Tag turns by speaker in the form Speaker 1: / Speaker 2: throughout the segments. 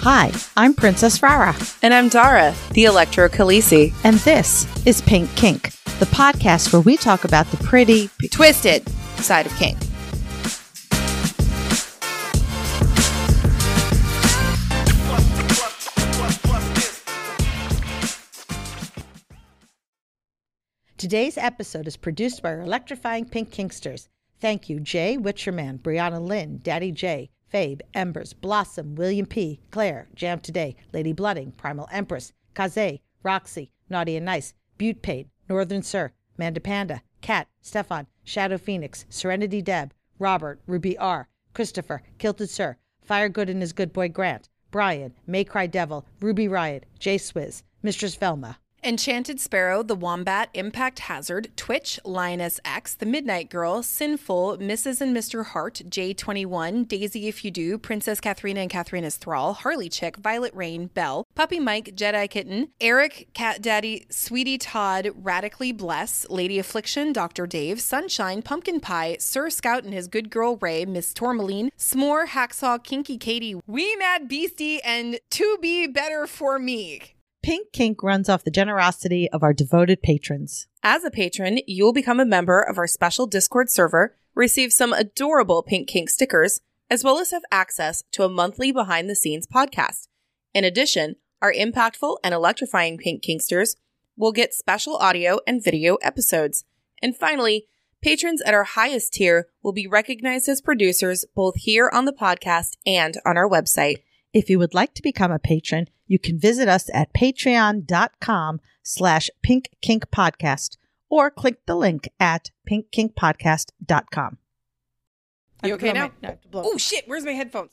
Speaker 1: Hi, I'm Princess Rara,
Speaker 2: And I'm Dara, the Electro Khaleesi.
Speaker 1: and this is Pink Kink, the podcast where we talk about the pretty.
Speaker 2: Twisted side of kink.
Speaker 1: Today's episode is produced by our electrifying Pink Kinksters. Thank you, Jay Witcherman, Brianna Lynn, Daddy J, Fabe, Embers, Blossom, William P, Claire, Jam Today, Lady Blooding, Primal Empress, Kaze, Roxy, Naughty and Nice, Butte Paid, Northern Sir, Manda Panda, Cat, Stefan, Shadow Phoenix, Serenity Deb, Robert, Ruby R, Christopher, Kilted Sir, Fire Good and his good boy Grant, Brian, Maycry Devil, Ruby Riot, J Swizz, Mistress Velma.
Speaker 2: Enchanted Sparrow, The Wombat, Impact Hazard, Twitch, Lioness X, The Midnight Girl, Sinful, Mrs. and Mr. Hart, J21, Daisy If You Do, Princess Katharina and Katharina's Thrall, Harley Chick, Violet Rain, Belle, Puppy Mike, Jedi Kitten, Eric, Cat Daddy, Sweetie Todd, Radically Bless, Lady Affliction, Dr. Dave, Sunshine, Pumpkin Pie, Sir Scout and His Good Girl Ray, Miss Tourmaline, S'more, Hacksaw, Kinky Katie, Wee Mad Beastie, and To Be Better For Me.
Speaker 1: Pink Kink runs off the generosity of our devoted patrons.
Speaker 3: As a patron, you will become a member of our special Discord server, receive some adorable Pink Kink stickers, as well as have access to a monthly behind the scenes podcast. In addition, our impactful and electrifying Pink Kinksters will get special audio and video episodes. And finally, patrons at our highest tier will be recognized as producers both here on the podcast and on our website.
Speaker 1: If you would like to become a patron, you can visit us at patreon.com slash Pink Kink Podcast or click the link at pinkkinkpodcast.com.
Speaker 2: You okay now?
Speaker 4: Oh shit, where's my headphones?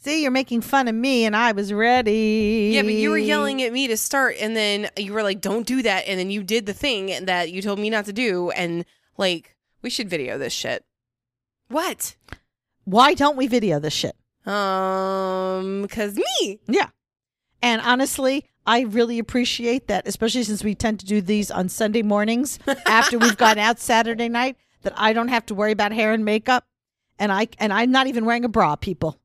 Speaker 1: See, you're making fun of me and I was ready.
Speaker 4: Yeah, but you were yelling at me to start and then you were like, "Don't do that." And then you did the thing that you told me not to do and like, we should video this shit. What?
Speaker 1: Why don't we video this shit?
Speaker 4: Um cuz me.
Speaker 1: Yeah. And honestly, I really appreciate that, especially since we tend to do these on Sunday mornings after we've gone out Saturday night, that I don't have to worry about hair and makeup. And I and I'm not even wearing a bra, people.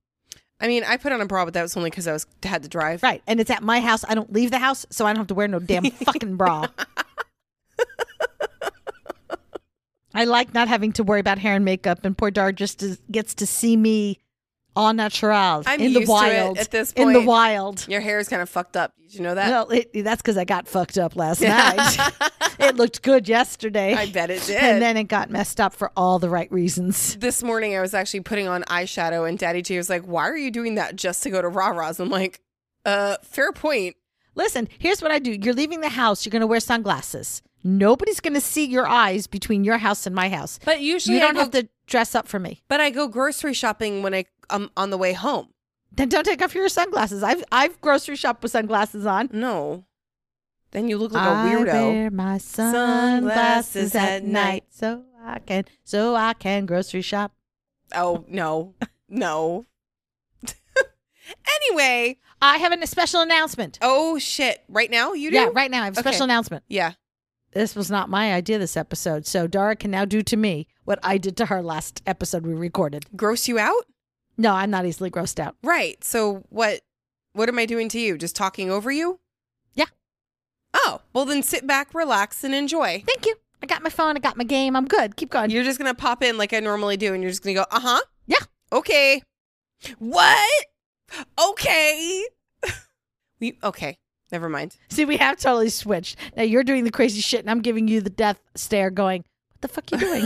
Speaker 4: I mean, I put on a bra, but that was only cuz I was had to drive.
Speaker 1: Right. And it's at my house. I don't leave the house, so I don't have to wear no damn fucking bra. I like not having to worry about hair and makeup, and poor Dar just is, gets to see me all natural
Speaker 4: I'm
Speaker 1: in the
Speaker 4: used to it
Speaker 1: wild.
Speaker 4: at this
Speaker 1: in the
Speaker 4: point.
Speaker 1: wild,
Speaker 4: Your hair is kind of fucked up. Did you know that?
Speaker 1: Well, it, that's because I got fucked up last night. it looked good yesterday.
Speaker 4: I bet it did.
Speaker 1: And then it got messed up for all the right reasons.
Speaker 4: this morning I was actually putting on eyeshadow and Daddy G was like, "Why are you doing that just to go to Rah Rah's?" I'm like, "Uh, fair point."
Speaker 1: Listen, here's what I do. You're leaving the house, you're going to wear sunglasses. Nobody's going to see your eyes between your house and my house.
Speaker 4: But usually
Speaker 1: you
Speaker 4: I
Speaker 1: don't
Speaker 4: go-
Speaker 1: have to dress up for me.
Speaker 4: But I go grocery shopping when I um on the way home.
Speaker 1: Then don't take off your sunglasses. I've I've grocery shopped with sunglasses on.
Speaker 4: No, then you look like
Speaker 1: I
Speaker 4: a weirdo.
Speaker 1: wear my sunglasses at night so I can so I can grocery shop.
Speaker 4: Oh no, no. anyway,
Speaker 1: I have a special announcement.
Speaker 4: oh shit! Right now, you do.
Speaker 1: yeah, right now I have a
Speaker 4: Okay.
Speaker 1: special announcement.
Speaker 4: Yeah.
Speaker 1: This was not my idea this episode, so Dara can now do to me what I did to her last episode we recorded.
Speaker 4: Gross you out?
Speaker 1: No, I'm not easily grossed out.
Speaker 4: Right. So what? What am I doing to you? Just talking over you?
Speaker 1: Yeah.
Speaker 4: Oh well, then sit back, relax, and enjoy.
Speaker 1: Thank you. I got my phone. I got my game. I'm good. Keep going.
Speaker 4: You're just gonna pop in like I normally do, and you're just gonna go, uh huh.
Speaker 1: Yeah.
Speaker 4: Okay. What? Okay. we okay. Never mind.
Speaker 1: See, we have totally switched. Now you're doing the crazy shit, and I'm giving you the death stare, going, "What the fuck you doing?"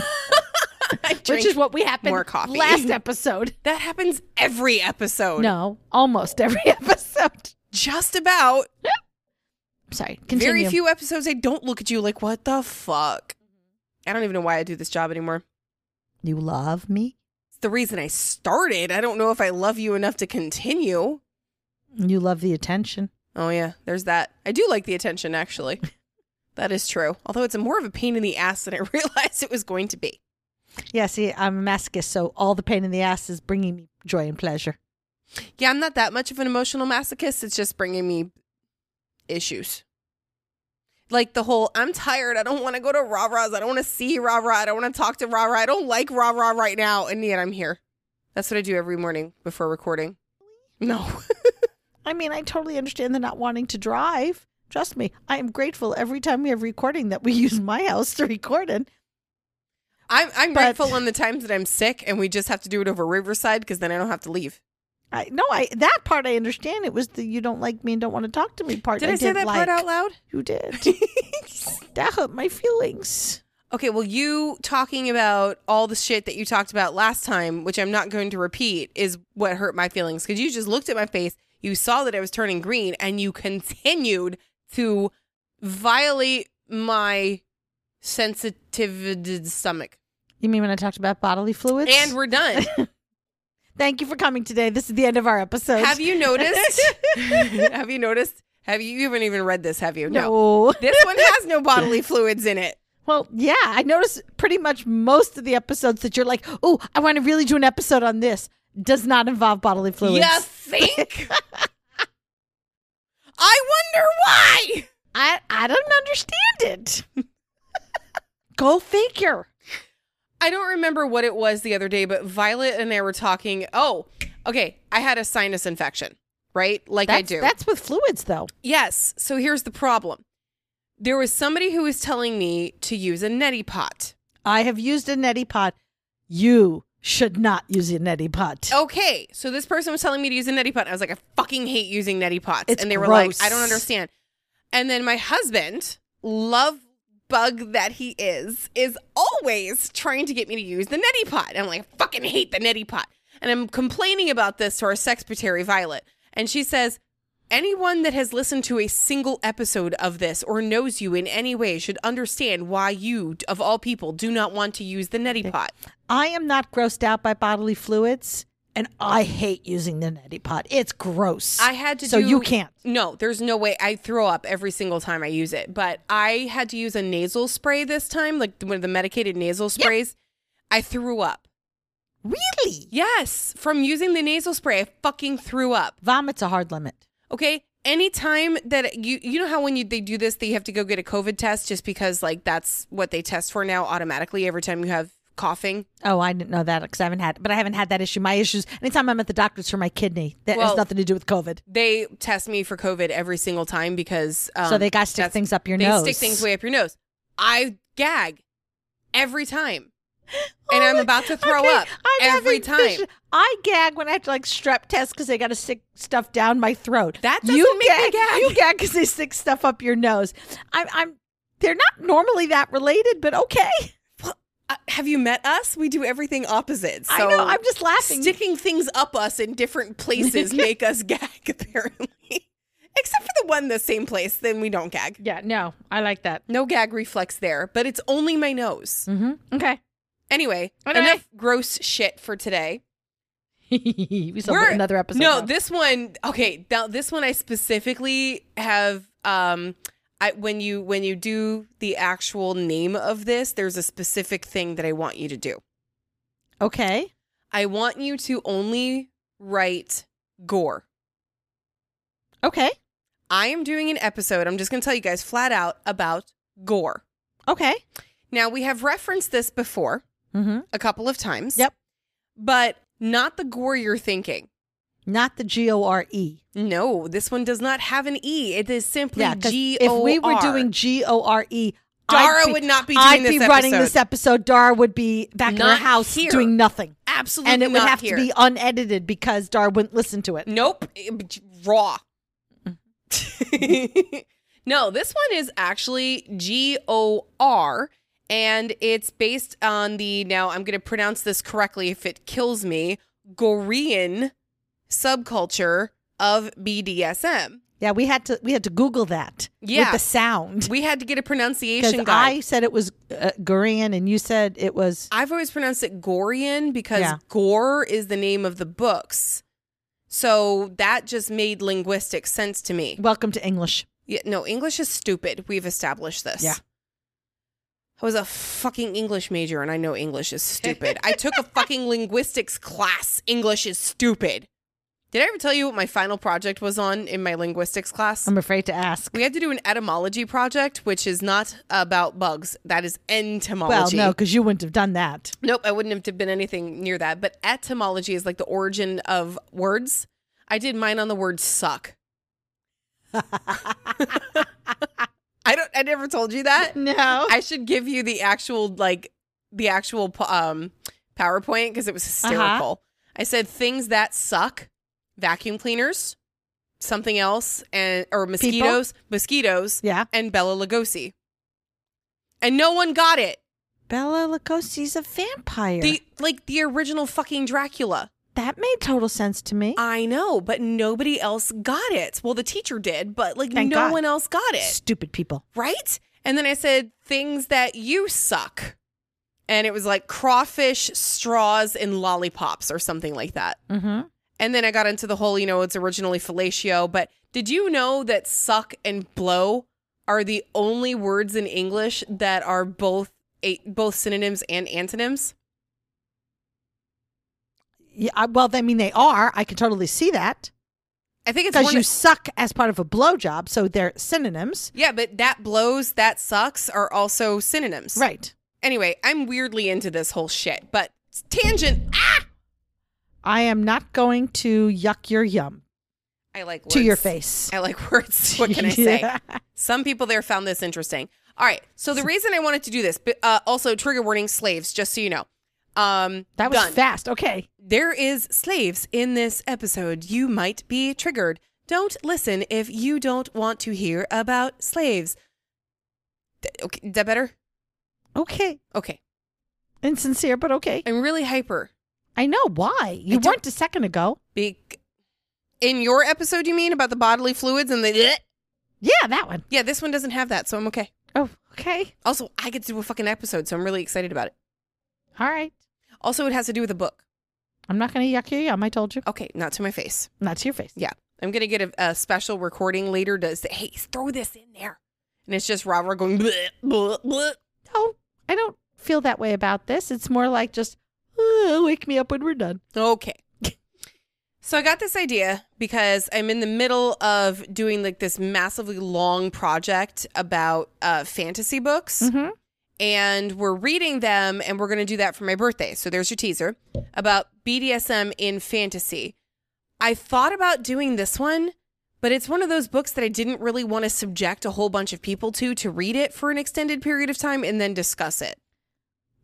Speaker 4: I
Speaker 1: Which
Speaker 4: drink-
Speaker 1: is what we happened
Speaker 4: more coffee.
Speaker 1: last episode.
Speaker 4: that happens every episode.
Speaker 1: No, almost every episode.
Speaker 4: Just about.
Speaker 1: Sorry, continue.
Speaker 4: Very few episodes I don't look at you like, what the fuck? I don't even know why I do this job anymore.
Speaker 1: You love me.
Speaker 4: It's the reason I started. I don't know if I love you enough to continue.
Speaker 1: You love the attention.
Speaker 4: Oh yeah, there's that. I do like the attention actually. that is true. Although it's more of a pain in the ass than I realized it was going to be.
Speaker 1: Yeah, see, I'm a masochist, so all the pain in the ass is bringing me joy and pleasure.
Speaker 4: Yeah, I'm not that much of an emotional masochist. It's just bringing me issues. Like the whole, I'm tired. I don't want to go to rah rahs. I don't want to see rah rah. I don't want to talk to rah rah. I don't like rah rah right now. And yet I'm here. That's what I do every morning before recording. No.
Speaker 1: I mean, I totally understand the not wanting to drive. Trust me, I am grateful every time we have recording that we use my house to record in.
Speaker 4: I'm I'm
Speaker 1: But-
Speaker 4: grateful on the times that I'm sick and we just have to do it over Riverside because then I don't have to leave.
Speaker 1: I no, I that part I understand. It was the you don't like me and don't want to talk to me part.
Speaker 4: Did I, say
Speaker 1: didn't
Speaker 4: that
Speaker 1: like.
Speaker 4: part out loud?
Speaker 1: You did. that hurt my feelings.
Speaker 4: Okay, well, you talking about all the shit that you talked about last time, which I'm not going to repeat, is what hurt my feelings because you just looked at my face, you saw that I was turning green, and you continued to violate my sensitive stomach.
Speaker 1: You mean when I talked about bodily fluids?
Speaker 4: And we're done.
Speaker 1: thank you for coming today. This is the end of our episode.
Speaker 4: have you noticed? have you noticed? Have you, you haven't even read this? Have you? no.
Speaker 1: No.
Speaker 4: This one has no bodily fluids in it.
Speaker 1: Well, yeah, I noticed pretty much most of the episodes that you're like, oh, I want to really do an episode on this does not involve bodily fluids.
Speaker 4: You think? I wonder why.
Speaker 1: I, I don't understand it. Go figure.
Speaker 4: I don't remember what it was the other day, but Violet and I were talking. Oh, okay. I had a sinus infection, right? Like I
Speaker 1: That's,
Speaker 4: do.
Speaker 1: That's with fluids, though.
Speaker 4: Yes. So here's the problem. There was somebody who was telling me to use a neti pot.
Speaker 1: I have used a neti pot. You should not use a neti pot.
Speaker 4: Okay. So this person was telling me to use a neti pot. I was like, I fucking hate using neti pots.
Speaker 1: It's
Speaker 4: and they were
Speaker 1: gross.
Speaker 4: like, I don't understand. And then my husband, love bug that he is, is always trying to get me to use the neti pot. And I'm like, I fucking hate the neti pot. And I'm complaining about this to our secretary, Violet. And she says, Anyone that has listened to a single episode of this or knows you in any way should understand why you, of all people, do not want to use the neti pot.
Speaker 1: I am not grossed out by bodily fluids, and I hate using the neti pot. It's gross.
Speaker 4: I had to
Speaker 1: so
Speaker 4: do
Speaker 1: you can't.
Speaker 4: No, there's no way. I throw up every single time I use it. But I had to use a nasal spray this time, like one of the medicated nasal sprays. I threw up.
Speaker 1: Really?
Speaker 4: Yes, from using the nasal spray, I fucking threw up.
Speaker 1: Vomit's a hard limit.
Speaker 4: Okay? Anytime that you you know how when you they do this, they have to go get a COVID test just because like that's what they test for now automatically every time you have coughing.
Speaker 1: Oh, I didn't know that because I haven't had, but I haven't had that issue. My issues, anytime I'm at the doctor's for my kidney, that
Speaker 4: Well-
Speaker 1: has nothing to do with COVID.
Speaker 4: They test me for COVID every single time because um,
Speaker 1: So they got to stick
Speaker 4: that's-
Speaker 1: things up your
Speaker 4: they
Speaker 1: nose.
Speaker 4: stick things way up your nose. I gag every time. and I'm about to throw
Speaker 1: Okay,
Speaker 4: up
Speaker 1: I'm
Speaker 4: every
Speaker 1: having
Speaker 4: time.
Speaker 1: vision- I gag when I have to like strep test because they got to stick stuff down my throat.
Speaker 4: That doesn't
Speaker 1: you
Speaker 4: make me
Speaker 1: gag,
Speaker 4: gag.
Speaker 1: You gag because they stick stuff up your nose. I'm, I'm. They're not normally that related, but okay.
Speaker 4: Uh, have you met us? We do everything opposite. So
Speaker 1: I know. I'm just laughing.
Speaker 4: sticking things up us in different places make us gag apparently. Except for the one the same place, then we don't gag.
Speaker 1: yeah. No, I like that.
Speaker 4: No gag reflex there, but it's only my nose.
Speaker 1: Mm-hmm. Okay.
Speaker 4: Anyway,
Speaker 1: Okay.
Speaker 4: enough gross shit for today.
Speaker 1: we saw
Speaker 4: We're-
Speaker 1: another episode.
Speaker 4: No,
Speaker 1: now.
Speaker 4: this one. Okay, now this one I specifically have. Um, I when you when you do the actual name of this, there's a specific thing that I want you to do.
Speaker 1: okay.
Speaker 4: I want you to only write gore.
Speaker 1: Okay.
Speaker 4: I am doing an episode. I'm just going to tell you guys flat out about gore.
Speaker 1: Okay.
Speaker 4: Now we have referenced this before
Speaker 1: Mm-hmm.
Speaker 4: a couple of times.
Speaker 1: Yep.
Speaker 4: but not the gore you're thinking.
Speaker 1: Not the G O R E.
Speaker 4: No, this one does not have an e. It is simply
Speaker 1: Yeah, 'cause
Speaker 4: G
Speaker 1: if
Speaker 4: O R.
Speaker 1: we were doing G O R E,
Speaker 4: Dara would not be doing
Speaker 1: I'd
Speaker 4: this
Speaker 1: be running
Speaker 4: episode.
Speaker 1: this episode. Dara would be back in her
Speaker 4: Not
Speaker 1: house
Speaker 4: here.
Speaker 1: doing nothing,
Speaker 4: absolutely,
Speaker 1: and it would
Speaker 4: not
Speaker 1: have
Speaker 4: here.
Speaker 1: to be unedited because Dara wouldn't listen to it.
Speaker 4: Nope. It- Raw. no, this one is actually G O R, and it's based on the, now I'm going to pronounce this correctly if it kills me, Gorean subculture of BDSM.
Speaker 1: Yeah, we had to we had to Google that. with
Speaker 4: Yeah.
Speaker 1: the sound
Speaker 4: We had to get a
Speaker 1: because
Speaker 4: pronunciation
Speaker 1: I
Speaker 4: guide.
Speaker 1: said it was uh, Gurian and you said it was
Speaker 4: I've always pronounced it Gorean because
Speaker 1: Yeah.
Speaker 4: Gore is the name of the books. So that just made linguistic sense to me.
Speaker 1: Welcome to English.
Speaker 4: Yeah, no, English is stupid. We've established this.
Speaker 1: Yeah.
Speaker 4: I was a fucking English major and I know English is stupid. I took a fucking linguistics class. English is stupid. Did I ever tell you what my final project was on in my linguistics class?
Speaker 1: I'm afraid to ask.
Speaker 4: we had to do an etymology project, which is not about bugs. That is
Speaker 1: Well,
Speaker 4: entomology.
Speaker 1: no, because you wouldn't have done that.
Speaker 4: Nope, I wouldn't have been anything near that. But etymology is like the origin of words. I did mine on the word suck. I don't. I never told you that.
Speaker 1: no.
Speaker 4: I should give you the actual like the actual um PowerPoint because it was hysterical. I said things that suck: vacuum cleaners, something else, and or mosquitoes, mosquitoes,
Speaker 1: yeah.
Speaker 4: and Bella Lugosi. And no one got it.
Speaker 1: Bella Lugosi's a vampire.
Speaker 4: The like the original fucking Dracula.
Speaker 1: that made total sense to me.
Speaker 4: I know, but nobody else got it. Well, the teacher did, but like
Speaker 1: Thank
Speaker 4: no
Speaker 1: God.
Speaker 4: one else got it.
Speaker 1: Stupid people.
Speaker 4: right? And then I said, things that you suck. And it was like crawfish, straws, and lollipops or something like that.
Speaker 1: Mm-hmm.
Speaker 4: And then I got into the whole, you know, it's originally fellatio, but did you know that suck and blow are the only words in English that are both a, both synonyms and antonyms?
Speaker 1: Yeah, I- well, I mean, they are. I can totally see that
Speaker 4: I think it's
Speaker 1: because
Speaker 4: one
Speaker 1: you
Speaker 4: of-
Speaker 1: suck as part of a blowjob, so they're synonyms,
Speaker 4: yeah, but that blows, that sucks are also synonyms.
Speaker 1: right?
Speaker 4: Anyway, I'm weirdly into this whole shit, but tangent. Ah!
Speaker 1: I am not going to yuck your yum
Speaker 4: I like words.
Speaker 1: to your face.
Speaker 4: I like words. What can I say? Some people there found this interesting. All right. So the reason I wanted to do this, but uh, also trigger warning slaves, just so you know. Um,
Speaker 1: That was
Speaker 4: done.
Speaker 1: fast. Okay.
Speaker 4: there is slaves in this episode. You might be triggered. Don't listen if you don't want to hear about slaves. Th- okay, is that better?
Speaker 1: Okay.
Speaker 4: Okay.
Speaker 1: Insincere, but okay.
Speaker 4: I'm really hyper.
Speaker 1: I know why. You
Speaker 4: don't-
Speaker 1: weren't a second ago.
Speaker 4: Be- in your episode, you mean about the bodily fluids and the?
Speaker 1: Yeah, that one.
Speaker 4: Yeah, this one doesn't have that, so I'm okay.
Speaker 1: Oh, okay.
Speaker 4: Also, I get to do a fucking episode, so I'm really excited about it.
Speaker 1: All right.
Speaker 4: Also, it has to do with a book.
Speaker 1: I'm not going to yuck your yum. I told you.
Speaker 4: Okay, not to my face.
Speaker 1: Not to your face.
Speaker 4: Yeah. I'm going to get a, a special recording later to say, hey, throw this in there. And it's just Robert going, bleh, bleh, bleh.
Speaker 1: No, I don't feel that way about this. It's more like just, "Uh, wake me up when we're done.
Speaker 4: okay. So I got this idea because I'm in the middle of doing like this massively long project about uh, fantasy books.
Speaker 1: Mm-hmm.
Speaker 4: and we're reading them and we're going to do that for my birthday. So there's your teaser about BDSM in fantasy. I thought about doing this one, but it's one of those books that I didn't really want to subject a whole bunch of people to to read it for an extended period of time and then discuss it.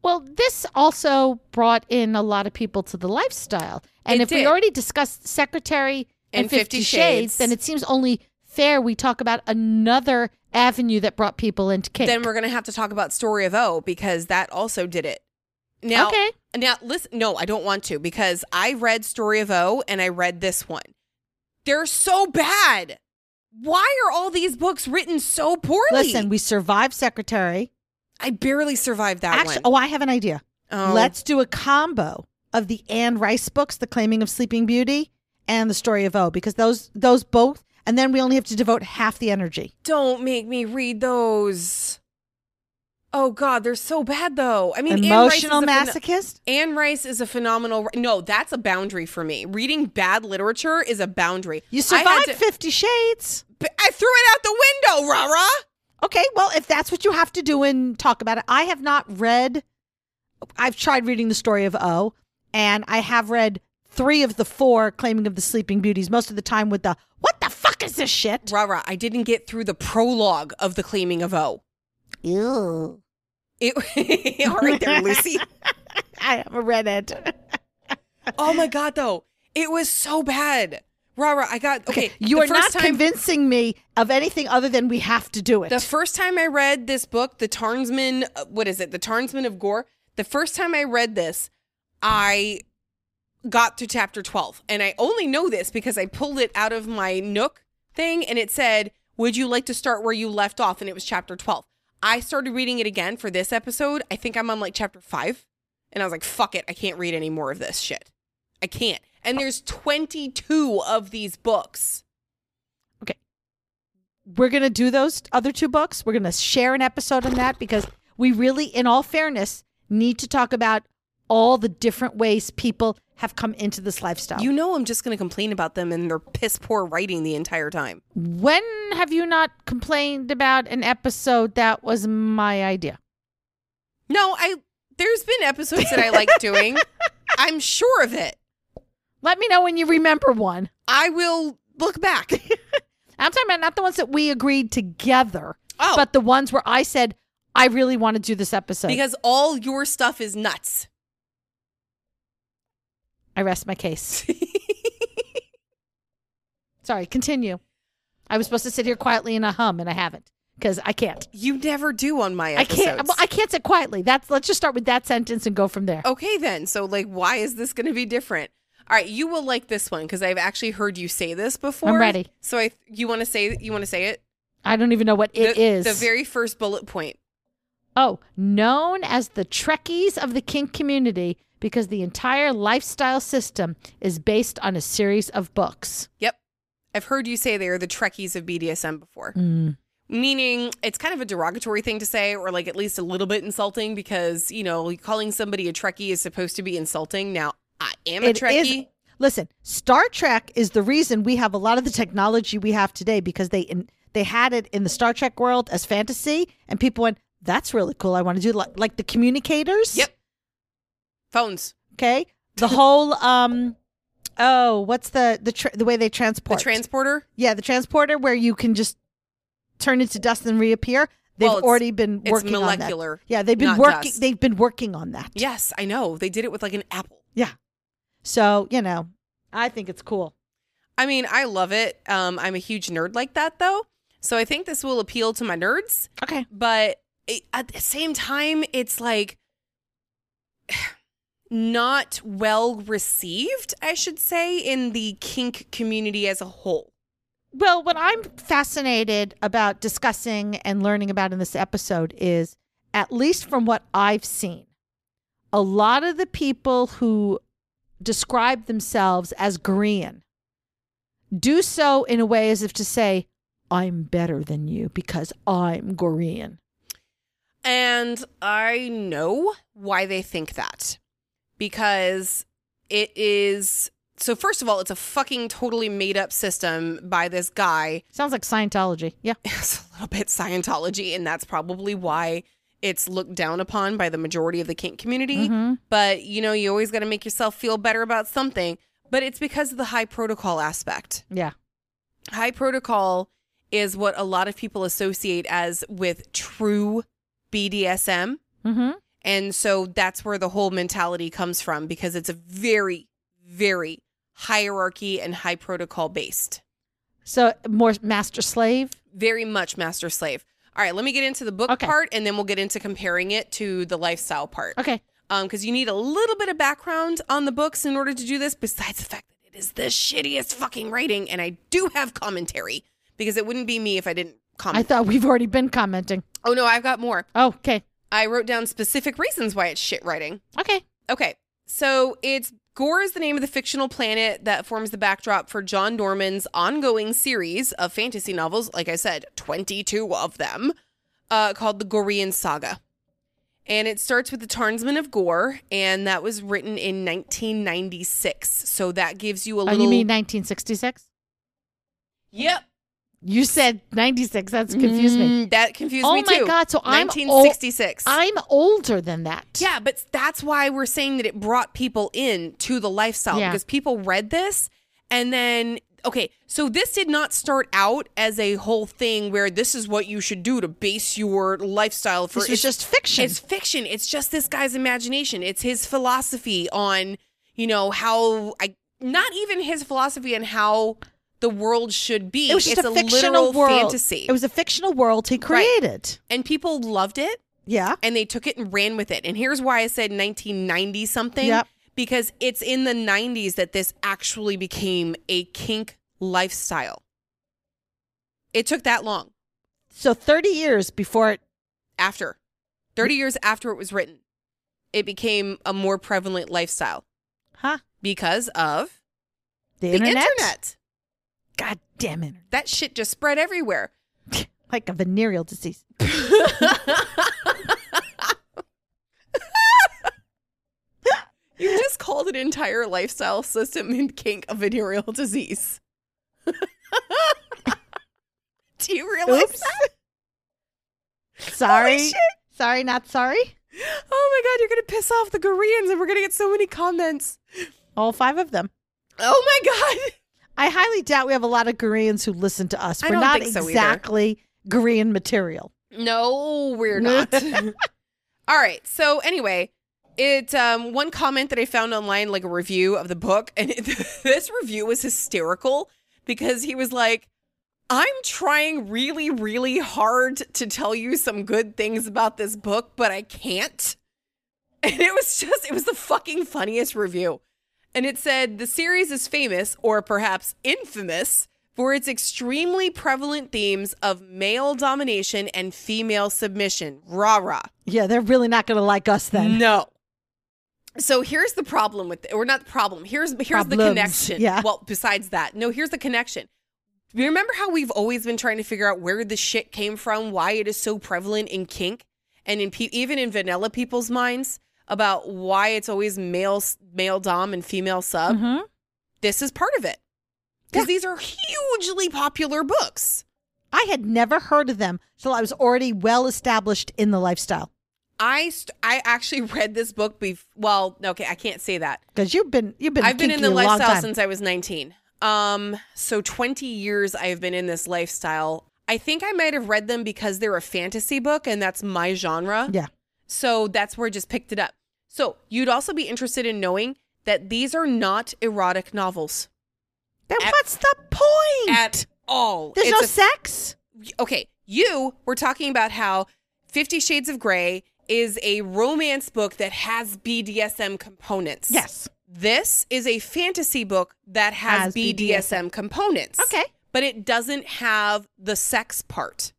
Speaker 1: Well, this also brought in a lot of people to the lifestyle. And
Speaker 4: It
Speaker 1: if we
Speaker 4: did.
Speaker 1: already discussed Secretary and,
Speaker 4: And
Speaker 1: Fifty,
Speaker 4: Fifty
Speaker 1: Shades,
Speaker 4: Shades.
Speaker 1: then it seems only fair we talk about another avenue that brought people into kink.
Speaker 4: Then we're going to have to talk about Story of O because that also did it. Now,
Speaker 1: Okay.
Speaker 4: Now, listen. No, I don't want to because I read Story of O and I read this one. They're so bad. Why are all these books written so poorly?
Speaker 1: Listen, we survived Secretary.
Speaker 4: I barely survived that
Speaker 1: Actually,
Speaker 4: one. Oh.
Speaker 1: oh, I have an idea. Let's do a combo of the Anne Rice books, The Claiming of Sleeping Beauty, and The Story of O, because those those both, and then we only have to devote half the energy.
Speaker 4: don't make me read those. Oh God, they're so bad though. I mean,
Speaker 1: Emotional
Speaker 4: Anne Rice is a phen-
Speaker 1: masochist.
Speaker 4: Anne Rice is a phenomenal. No, that's a boundary for me. Reading bad literature is a boundary.
Speaker 1: You
Speaker 4: I had
Speaker 1: survived
Speaker 4: to-
Speaker 1: Fifty Shades.
Speaker 4: but I threw it out the window, rah rah.
Speaker 1: Okay, well, if that's what you have to do and talk about it, I have not read. I've tried reading the story of O, and I have read three of the four claiming of the Sleeping Beauties. Most of the time with the "What the fuck is this shit?"
Speaker 4: Rah rah. I didn't get through the prologue of the claiming of O.
Speaker 1: Ew.
Speaker 4: It, all right there, Lucy.
Speaker 1: I haven't read it.
Speaker 4: Oh my God, though, it was so bad. Rah rah. I got okay.
Speaker 1: you
Speaker 4: the
Speaker 1: are not
Speaker 4: first time-
Speaker 1: convincing me of anything other than we have to do it.
Speaker 4: The first time I read this book, The Tarnsman, uh, what is it? The Tarnsman of Gore. The first time I read this, I got to chapter 12. And I only know this because I pulled it out of my Nook thing and it said, Would you like to start where you left off? And it was chapter 12. I started reading it again for this episode. I think I'm on like chapter five. And I was like, Fuck it. I can't read any more of this shit. I can't. And there's 22 of these books.
Speaker 1: we're going to do those other two books. We're going to share an episode on that because we really, in all fairness, need to talk about all the different ways people have come into this lifestyle.
Speaker 4: You know, I'm just going to complain about them and their piss poor writing the entire time.
Speaker 1: when have you not complained about an episode that was my idea?
Speaker 4: No, I there's been episodes that I like doing. I'm sure of it.
Speaker 5: Let me know when you remember one.
Speaker 4: I will look back.
Speaker 5: I'm talking about not the ones that we agreed together,
Speaker 4: oh,
Speaker 5: but the ones where I said, I really want to do this episode.
Speaker 4: because all your stuff is nuts.
Speaker 5: I rest my case. Sorry, continue. I was supposed to sit here quietly and I hum, and I haven't because I can't.
Speaker 4: You never do on my
Speaker 5: I
Speaker 4: episodes. Oh.
Speaker 5: can't. Well, I can't sit quietly. That's. Let's just start with that sentence and go from there.
Speaker 4: okay, then. So, like, why is this going to be different? All right, you will like this one because I've actually heard you say this before.
Speaker 5: ready.
Speaker 4: So, I you want to say you want to say it?
Speaker 5: I don't even know what it
Speaker 4: the,
Speaker 5: is.
Speaker 4: the very first bullet point.
Speaker 5: oh, known as the Trekkies of the kink community because the entire lifestyle system is based on a series of books.
Speaker 4: Yep, I've heard you say they are the Trekkies of BDSM before.
Speaker 5: Mm.
Speaker 4: meaning it's kind of a derogatory thing to say or like at least a little bit insulting because you know calling somebody a trekkie is supposed to be insulting now i am a
Speaker 5: It is-
Speaker 4: trekkie
Speaker 1: Listen, Star Trek is the reason we have a lot of the technology we have today because they in, they had it in the Star Trek world as fantasy, and people went, "That's really cool. I want to do like, like the communicators."
Speaker 4: Yep. phones
Speaker 1: Okay. The whole um, oh, what's the the tra- the way they transport?
Speaker 4: the transporter
Speaker 1: yeah, the transporter where you can just turn into dust and reappear. They've
Speaker 4: Well, it's-
Speaker 1: already been
Speaker 4: it's
Speaker 1: working on
Speaker 4: molecular,
Speaker 1: that. Yeah, they've been
Speaker 4: not
Speaker 1: working.
Speaker 4: dust.
Speaker 1: They've been working on that.
Speaker 4: yes i know they did it with like an apple
Speaker 1: So you know, I think it's cool.
Speaker 4: i mean i love it um i'm a huge nerd like that though so i think this will appeal to my nerds
Speaker 1: Okay.
Speaker 4: but it, at the same time it's like not well received i should say in the kink community as a whole
Speaker 1: Well, what I'm fascinated about discussing and learning about in this episode is, at least from what I've seen, a lot of the people who describe themselves as Korean do so in a way as if to say, I'm better than you because I'm Korean.
Speaker 4: And I know why they think that. Because it is. So, first of all, it's a fucking totally made up system by this guy.
Speaker 1: Sounds like Scientology. Yeah.
Speaker 4: It's a little bit Scientology, and that's probably why it's looked down upon by the majority of the kink community.
Speaker 1: Mhm.
Speaker 4: But, you know, you always got to make yourself feel better about something. But it's because of the high protocol aspect
Speaker 1: Yeah.
Speaker 4: high protocol is what a lot of people associate as with true BDSM.
Speaker 1: Mhm.
Speaker 4: And so that's where the whole mentality comes from because it's a very, very hierarchy and high protocol based.
Speaker 1: So more master slave.
Speaker 4: Very much master slave. All right, let me get into the book
Speaker 1: Okay.
Speaker 4: part and then we'll get into comparing it to the lifestyle part.
Speaker 1: Okay.
Speaker 4: Um, because you need a little bit of background on the books in order to do this, besides the fact that it is the shittiest fucking writing, and I do have commentary because it wouldn't be me if I didn't comment.
Speaker 5: I thought we've already been commenting.
Speaker 4: Oh no, I've got more.
Speaker 5: Oh, okay.
Speaker 4: I wrote down specific reasons why it's shit writing.
Speaker 5: Okay.
Speaker 4: Okay, so it's Gore is the name of the fictional planet that forms the backdrop for John Norman's ongoing series of fantasy novels. Like I said, 22 of them, uh, called the Gorean Saga. And it starts with the Tarnsman of Gore, and that was written in 1996. So that gives you a
Speaker 5: Oh,
Speaker 4: little.
Speaker 5: you mean 1966?
Speaker 4: Yep.
Speaker 5: You said 96. That's confused me.
Speaker 4: Mm, that confused
Speaker 5: Oh
Speaker 4: me
Speaker 5: my
Speaker 4: too.
Speaker 5: God, so I'm old-
Speaker 4: 1966.
Speaker 5: I'm older than that.
Speaker 4: Yeah, but that's why we're saying that it brought people in to the lifestyle
Speaker 5: Yeah.
Speaker 4: because people read this and then okay, so this did not start out as a whole thing where this is what you should do to base your lifestyle for
Speaker 1: This was just fiction.
Speaker 4: It's fiction. It's just this guy's imagination. It's his philosophy on, you know, how I not even his philosophy on how the world should be.
Speaker 1: It was just
Speaker 4: it's
Speaker 1: a fictional
Speaker 4: literal
Speaker 1: world.
Speaker 4: fantasy.
Speaker 1: It was a fictional world he
Speaker 4: Right.
Speaker 1: created.
Speaker 4: and people loved it
Speaker 1: Yeah.
Speaker 4: and they took it and ran with it. And here's why I said 1990 something
Speaker 1: Yep.
Speaker 4: because it's in the 90s that this actually became a kink lifestyle. It took that long
Speaker 1: So 30 years before it.
Speaker 4: after 30 years after it was written, it became a more prevalent lifestyle
Speaker 1: Huh?
Speaker 4: because of
Speaker 1: The,
Speaker 4: the
Speaker 1: internet?
Speaker 4: internet.
Speaker 1: God damn it.
Speaker 4: That shit just spread everywhere.
Speaker 1: Like a venereal disease.
Speaker 4: You just called an entire lifestyle system in kink a venereal disease. Do you realize
Speaker 1: Oops.
Speaker 4: that?
Speaker 1: Sorry.
Speaker 4: shit.
Speaker 1: Sorry, not sorry.
Speaker 4: Oh my god, you're gonna piss off the Koreans and we're gonna get so many comments.
Speaker 1: All five of them.
Speaker 4: Oh my god.
Speaker 1: I highly doubt we have a lot of Koreans who listen to us.
Speaker 4: I
Speaker 1: We're
Speaker 4: don't
Speaker 1: not
Speaker 4: think so either.
Speaker 1: exactly Korean material.
Speaker 4: No, we're not. All right. So anyway, it um, one comment that I found online, like a review of the book, and it, this review was hysterical because he was like, "I'm trying really, really hard to tell you some good things about this book, but I can't." And it was just, it was the fucking funniest review. And it said the series is famous, or perhaps infamous, for its extremely prevalent themes of male domination and female submission. Rah rah.
Speaker 1: Yeah, they're really not going to like us then.
Speaker 4: No. So here's the problem with or not the problem. Here's here's the
Speaker 1: Problems,
Speaker 4: connection.
Speaker 1: yeah.
Speaker 4: Well, besides that, no. Here's the connection. You remember how we've always been trying to figure out where the shit came from, why it is so prevalent in kink, and in pe- even in vanilla people's minds about why it's always male s- male dom and female sub.
Speaker 1: Mhm.
Speaker 4: This is part of it because these are hugely popular books.
Speaker 1: I had never heard of them till I was already well established in the lifestyle.
Speaker 4: I st- I actually read this book. Bef- well, okay, I can't say that.
Speaker 1: Because you've been you've been
Speaker 4: I've been in
Speaker 1: kinky
Speaker 4: the
Speaker 1: a long
Speaker 4: lifestyle
Speaker 1: time.
Speaker 4: since I was 19. Um, so 20 years I have been in this lifestyle. I think I might have read them because they're a fantasy book and that's my genre.
Speaker 1: yeah.
Speaker 4: So that's where I just picked it up. So you'd also be interested in knowing that these are not erotic novels
Speaker 1: Then
Speaker 4: At-
Speaker 1: what's the point?
Speaker 4: at all.
Speaker 1: There's
Speaker 4: It's
Speaker 1: no
Speaker 4: a-
Speaker 1: sex.
Speaker 4: okay, you were talking about how Fifty Shades of Grey is a romance book that has BDSM components.
Speaker 1: Yes.
Speaker 4: This is a fantasy book that has,
Speaker 1: Has
Speaker 4: BDSM,
Speaker 1: BDSM.
Speaker 4: components.
Speaker 1: Okay.
Speaker 4: But it doesn't have the sex part.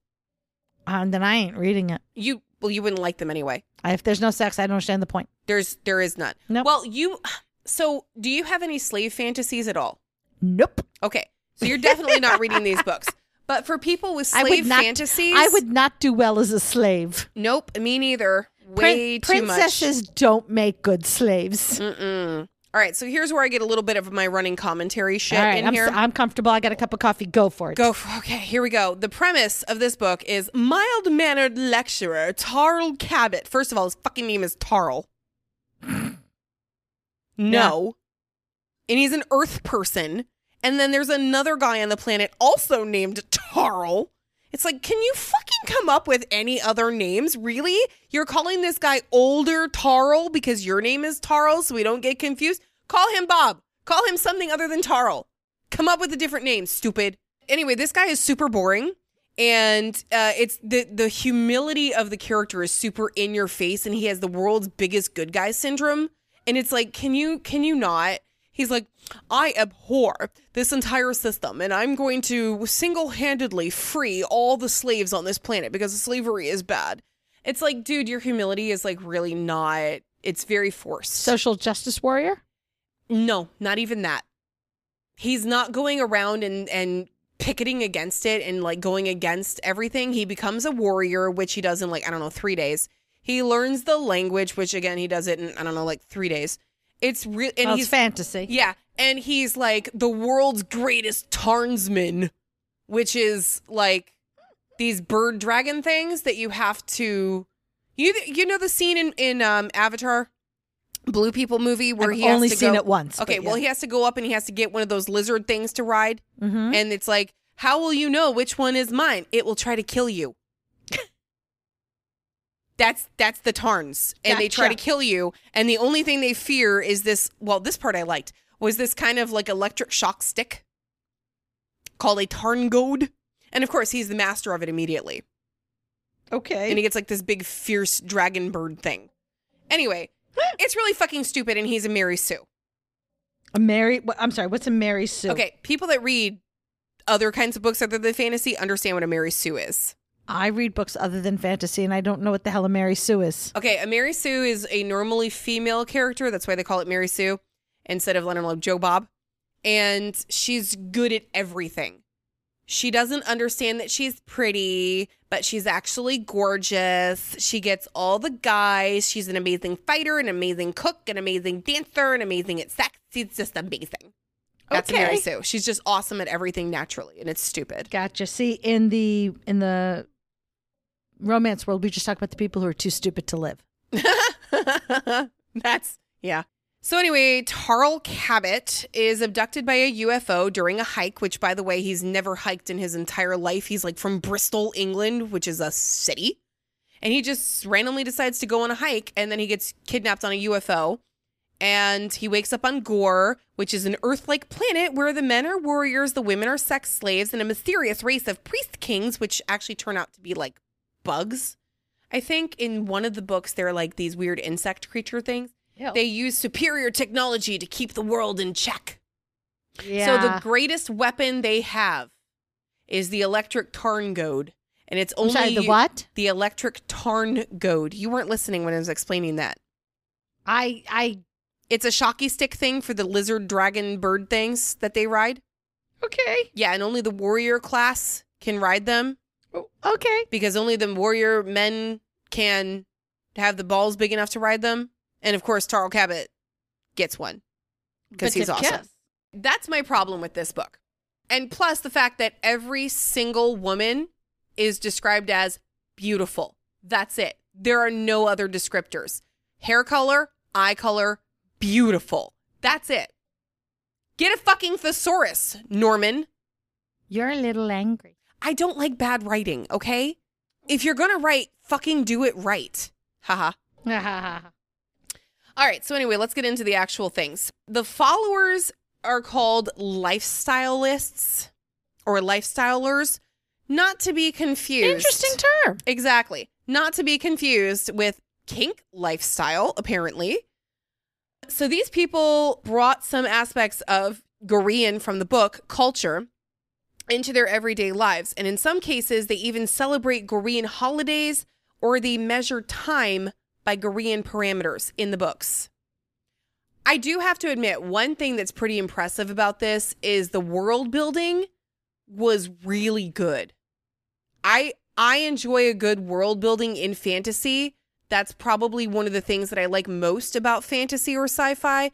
Speaker 1: Um, then I ain't reading it.
Speaker 4: You well, you wouldn't like them anyway.
Speaker 1: I, if there's no sex, I don't understand the point.
Speaker 4: There's there is none.
Speaker 1: Nope.
Speaker 4: Well, you so do you have any slave fantasies at all?
Speaker 1: Nope.
Speaker 4: Okay. So you're definitely not reading these books. But for people with
Speaker 1: I
Speaker 4: slave
Speaker 1: would not.
Speaker 4: fantasies,
Speaker 1: I would not do well as a slave.
Speaker 4: Nope, me neither.
Speaker 1: Prin-
Speaker 4: Way too much. Mm,
Speaker 1: princesses don't make good slaves.
Speaker 4: Mm-mm. All right, so here's where I get a little bit of my running commentary shit
Speaker 1: All right,
Speaker 4: in
Speaker 1: I'm,
Speaker 4: here.
Speaker 1: s- I'm comfortable. I got a cup of coffee. Go for it.
Speaker 4: Go for, okay, here we go. The premise of this book is mild mannered lecturer Tarl Cabot. First of all, his fucking name is Tarl. no. And he's an earth person. And then there's another guy on the planet also named Tarl. It's like, can you fucking come up with any other names? Really? You're calling this guy older Tarl because your name is Tarl, so we don't get confused? Call him Bob. Call him something other than Tarl. Come up with a different name, stupid. Anyway, this guy is super boring. And uh, it's the the humility of the character is super in your face, and he has the world's biggest good guy syndrome. And it's like, can you can you not? He's like, I abhor this entire system, and I'm going to single handedly free all the slaves on this planet because slavery is bad. It's like, dude, your humility is like really not. It's very forced.
Speaker 1: Social justice warrior.
Speaker 4: No, not even that. He's not going around and and picketing against it and like going against everything. He becomes a warrior, which he does in like I don't know three days. He learns the language, which again he does it in I don't know like three days. It's real, and
Speaker 1: Well, it's
Speaker 4: he's
Speaker 1: fantasy.
Speaker 4: yeah, and he's like the world's greatest tarnsman, which is like these bird dragon things that you have to. You you know the scene in in um, Avatar, Blue People movie where
Speaker 1: I've
Speaker 4: he has
Speaker 1: only
Speaker 4: to
Speaker 1: seen
Speaker 4: go-
Speaker 1: it once,
Speaker 4: Okay,
Speaker 1: but
Speaker 4: well
Speaker 1: yeah.
Speaker 4: he has to go up and he has to get one of those lizard things to ride,
Speaker 1: Mm-hmm.
Speaker 4: and it's like, how will you know which one is mine? It will try to kill you. That's that's the Tarns, and they try to
Speaker 1: Gotcha.
Speaker 4: kill you. And the only thing they fear is this. Well, this part I liked was this kind of like electric shock stick called a Tarn goad. And of course, he's the master of it immediately.
Speaker 1: Okay.
Speaker 4: And he gets like this big fierce dragon bird thing. Anyway, it's really fucking stupid, and he's a Mary Sue.
Speaker 1: a Mary. wha- I'm sorry. What's a Mary Sue?
Speaker 4: Okay, people that read other kinds of books other than fantasy understand what a Mary Sue is.
Speaker 1: I read books other than fantasy, and I don't know what the hell a Mary Sue is.
Speaker 4: Okay, a Mary Sue is a normally female character. That's why they call it Mary Sue instead of I don't know Joe Bob. And she's good at everything. She doesn't understand that she's pretty, but she's actually gorgeous. She gets all the guys. She's an amazing fighter, an amazing cook, an amazing dancer, an amazing at sex. She's just amazing. That's a Mary
Speaker 1: Okay.
Speaker 4: Sue. She's just awesome at everything naturally, and it's stupid.
Speaker 1: Gotcha. See, in the in the romance world, we just talk about the people who are too stupid to live.
Speaker 4: That's yeah. So, anyway, Tarl Cabot is abducted by a UFO during a hike, which, by the way, he's never hiked in his entire life. He's like from Bristol, England, which is a city. And he just randomly decides to go on a hike and then he gets kidnapped on a UFO. And he wakes up on Gore, which is an Earth like planet where the men are warriors, the women are sex slaves, and a mysterious race of priest kings, which actually turn out to be like bugs. I think in one of the books, they're like these weird insect creature things.
Speaker 1: Oh.
Speaker 4: They use superior technology to keep the world in check.
Speaker 1: yeah.
Speaker 4: So the greatest weapon they have is the electric tarngode, and it's
Speaker 1: I'm
Speaker 4: only
Speaker 1: sorry, the what?
Speaker 4: the electric tarngode. You weren't listening when I was explaining that.
Speaker 1: I I
Speaker 4: It's a shocky stick thing for the lizard, dragon, bird things that they ride.
Speaker 1: okay
Speaker 4: Yeah, and only the warrior class can ride them
Speaker 1: Oh, okay
Speaker 4: because only the warrior men can have the balls big enough to ride them. And of course, Tarl Cabot gets one
Speaker 1: But
Speaker 4: because he's
Speaker 1: to
Speaker 4: awesome.
Speaker 1: kiss.
Speaker 4: That's my problem with this book. And plus the fact that every single woman is described as beautiful. That's it. There are no other descriptors. Hair color, eye color, beautiful. That's it. Get a fucking thesaurus, Norman.
Speaker 1: You're a little angry.
Speaker 4: I don't like bad writing, okay? If you're gonna write, fucking do it right. Haha.
Speaker 1: That's
Speaker 4: All right, so anyway, let's get into the actual things. The followers are called lifestyleists or lifestylers, not to be confused.
Speaker 1: interesting term.
Speaker 4: Exactly. Not to be confused with kink lifestyle, apparently. So these people brought some aspects of Korean from the book culture into their everyday lives. And in some cases, they even celebrate Korean holidays or they measure time by Korean parameters in the books. I do have to admit, one thing that's pretty impressive about this is the world building was really good. I I enjoy a good world building in fantasy. That's probably one of the things that I like most about fantasy or sci-fi.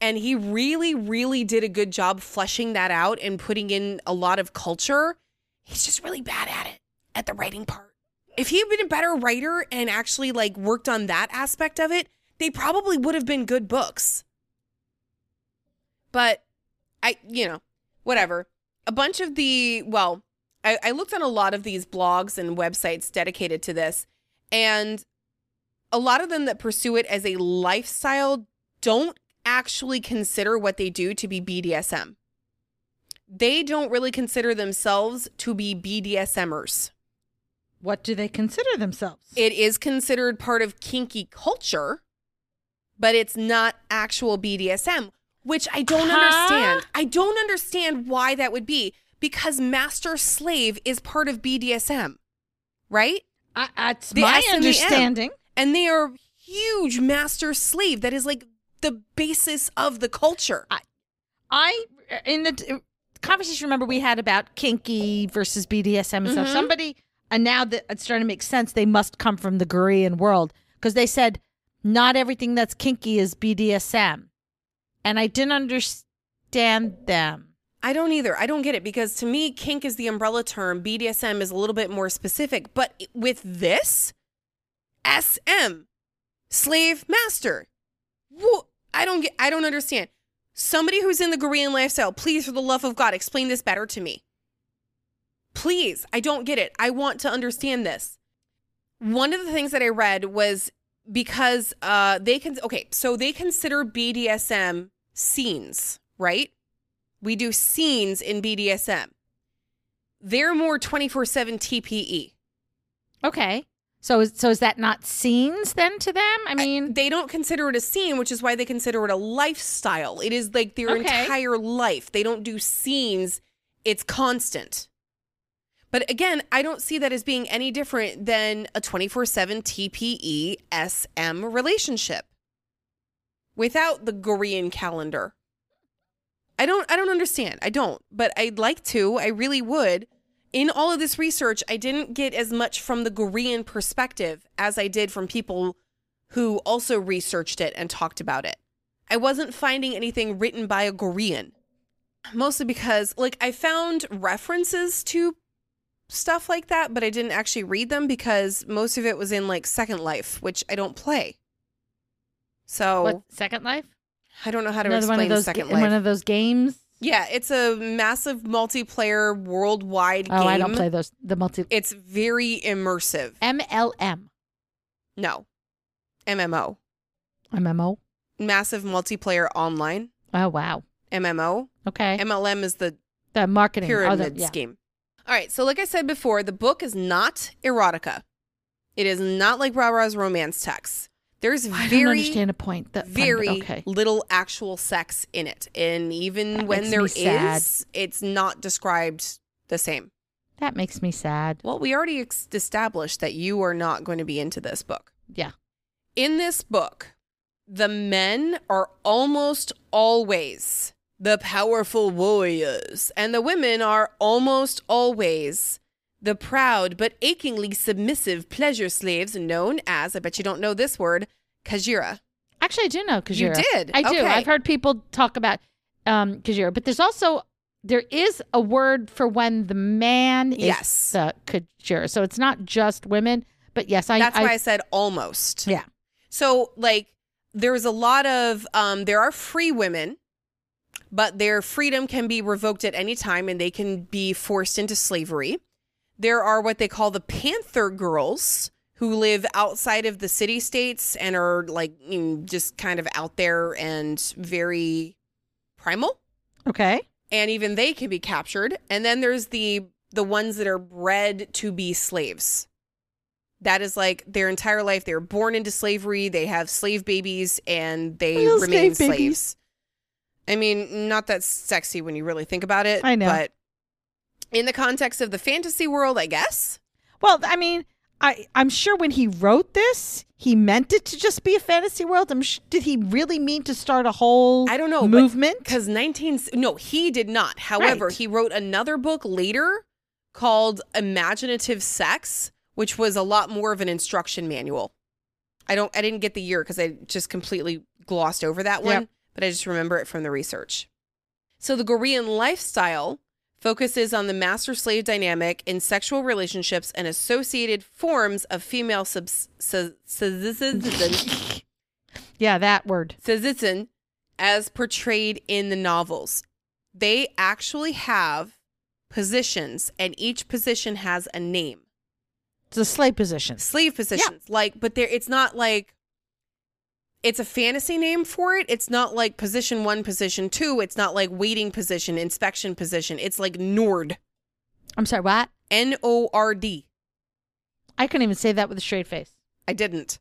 Speaker 4: And he really, really did a good job fleshing that out and putting in a lot of culture. He's just really bad at it, at the writing part. If he had been a better writer and actually like worked on that aspect of it, they probably would have been good books. But I, you know, whatever. A bunch of the, well, I, I looked on a lot of these blogs and websites dedicated to this, and a lot of them that pursue it as a lifestyle don't actually consider what they do to be BDSM. They don't really consider themselves to be BDSMers.
Speaker 6: What do they consider themselves?
Speaker 4: It is considered part of kinky culture, but it's not actual BDSM, which I don't
Speaker 1: Huh?
Speaker 4: understand. I don't understand why that would be because master slave is part of BDSM, right?
Speaker 1: I, that's
Speaker 4: The
Speaker 1: my
Speaker 4: S and the M.
Speaker 1: understanding.
Speaker 4: And they are huge master slave. That is like the basis of the culture.
Speaker 1: I in the uh, conversation remember we had about kinky versus BDSM and
Speaker 4: Mm-hmm.
Speaker 1: stuff. Somebody and now that it's starting to make sense, they must come from the Korean world because they said not everything that's kinky is BDSM, and I didn't understand them.
Speaker 4: I don't either. I don't get it because to me, kink is the umbrella term. BDSM is a little bit more specific. But with this, SM, slave master. Wha- I don't get. I don't understand. Somebody who's in the Korean lifestyle, please, for the love of God, explain this better to me. Please, I don't get it. I want to understand this. One of the things that I read was because uh, they can. Okay, so they consider BDSM scenes, right? We do scenes in BDSM. They're more 24 7 TPE.
Speaker 1: Okay, so is, so is that not scenes then to them? I mean,
Speaker 4: They don't consider it a scene, which is why they consider it a lifestyle. It is like their
Speaker 1: Okay.
Speaker 4: entire life. They don't do scenes, it's constant. But again, I don't see that as being any different than a 24 7 TPE SM E relationship without the Gorean calendar. I don't I don't understand. I don't, but I'd like to. I really would. In all of this research, I didn't get as much from the Gorean perspective as I did from people who also researched it and talked about it. I wasn't finding anything written by a Gorean. Mostly because like I found references to stuff like that, but I didn't actually read them because most of it was in like Second Life, which I don't play. So
Speaker 1: what Second Life?
Speaker 4: I don't know how to
Speaker 1: Another
Speaker 4: explain
Speaker 1: one of those
Speaker 4: Second
Speaker 1: ga-
Speaker 4: Life.
Speaker 1: one of those games.
Speaker 4: yeah, it's a massive multiplayer worldwide
Speaker 1: Oh,
Speaker 4: game.
Speaker 1: I don't play those. The multi
Speaker 4: It's very immersive.
Speaker 1: MLM
Speaker 4: No, MMO,
Speaker 1: MMO.
Speaker 4: massive multiplayer online
Speaker 1: Oh wow.
Speaker 4: MMO.
Speaker 1: Okay.
Speaker 4: MLM is the
Speaker 1: the marketing oh,
Speaker 4: pyramid
Speaker 1: the- yeah.
Speaker 4: scheme. All right, so like I said before, the book is not erotica. It is not like Rah Rah's romance text. There's
Speaker 1: I don't
Speaker 4: very
Speaker 1: understand a point. That
Speaker 4: very
Speaker 1: okay.
Speaker 4: little actual sex in it. And even
Speaker 1: That
Speaker 4: when
Speaker 1: makes
Speaker 4: there
Speaker 1: me sad.
Speaker 4: is, it's not described the same.
Speaker 1: That makes me sad.
Speaker 4: Well, we already ex- established that you are not going to be into this book.
Speaker 1: Yeah.
Speaker 4: In this book, the men are almost always the powerful warriors, and the women are almost always the proud but achingly submissive pleasure slaves known as, I bet you don't know this word, Kajira.
Speaker 1: Actually, I do know because
Speaker 4: You did?
Speaker 1: I do.
Speaker 4: Okay.
Speaker 1: I've heard people talk about um Kajira, but there's also there is a word for when the man is
Speaker 4: Yes.
Speaker 1: the Kajira. So it's not just women, but yes, I.
Speaker 4: That's
Speaker 1: I,
Speaker 4: why I said almost.
Speaker 1: Yeah.
Speaker 4: So like there's a lot of um there are free women, but their freedom can be revoked at any time and they can be forced into slavery. There are what they call the panther girls who live outside of the city states and are like you know, just kind of out there and very primal
Speaker 1: okay.
Speaker 4: and even they can be captured. And then there's the the ones that are bred to be slaves. That is like their entire life. They're born into slavery. They have slave babies, and they
Speaker 1: Little
Speaker 4: remain
Speaker 1: slave
Speaker 4: slaves.
Speaker 1: babies.
Speaker 4: I mean, not that sexy when you really think about it.
Speaker 1: I know.
Speaker 4: but in the context of the fantasy world, I guess.
Speaker 1: Well, I mean, I I'm sure when he wrote this, he meant it to just be a fantasy world. I'm sh- did he really mean to start a whole
Speaker 4: I don't know, but-
Speaker 1: movement?
Speaker 4: Because 19, no, he did not. However,
Speaker 1: Right.
Speaker 4: he wrote another book later called Imaginative Sex, which was a lot more of an instruction manual. I don't, I didn't get the year because I just completely glossed over that one,
Speaker 1: Yep.
Speaker 4: but I just remember it from the research. So the Gorean lifestyle focuses on the master slave dynamic in sexual relationships and associated forms of female subs. Su- su- su- su-
Speaker 1: yeah, that word.
Speaker 4: Sizitzen as portrayed in the novels. They actually have positions and each position has a name.
Speaker 1: It's a slave position.
Speaker 4: Slave positions. Like, but there it's not like it's a fantasy name for it. It's not like position one, position two. It's not like waiting position, inspection position. It's like Nord.
Speaker 1: I'm sorry, what?
Speaker 4: N O R D.
Speaker 1: I couldn't even say that with a straight face.
Speaker 4: I didn't.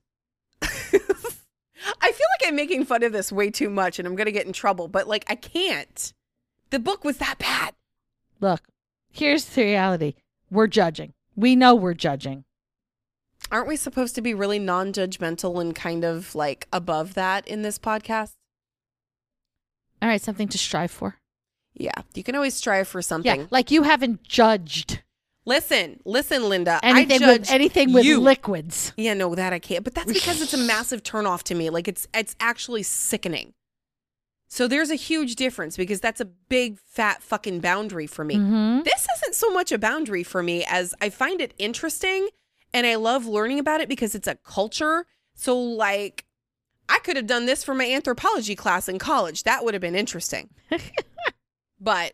Speaker 4: I feel like I'm making fun of this way too much and I'm gonna get in trouble, but like I can't. The book was that bad.
Speaker 1: Look, here's the reality. We're judging. We know we're judging.
Speaker 4: aren't we supposed to be really non-judgmental and kind of like above that in this podcast?
Speaker 1: All right, something to strive for.
Speaker 4: Yeah, you can always strive for something.
Speaker 1: Yeah, like you haven't judged
Speaker 4: Listen, listen, Linda.
Speaker 1: anything
Speaker 4: I judge
Speaker 1: with anything with
Speaker 4: you.
Speaker 1: liquids.
Speaker 4: Yeah, no, that I can't. But that's because it's a massive turnoff to me. Like it's it's actually sickening. So there's a huge difference because that's a big fat fucking boundary for me.
Speaker 1: Mhm.
Speaker 4: This isn't so much a boundary for me as I find it interesting and I love learning about it because it's a culture. So like I could have done this for my anthropology class in college. That would have been interesting. but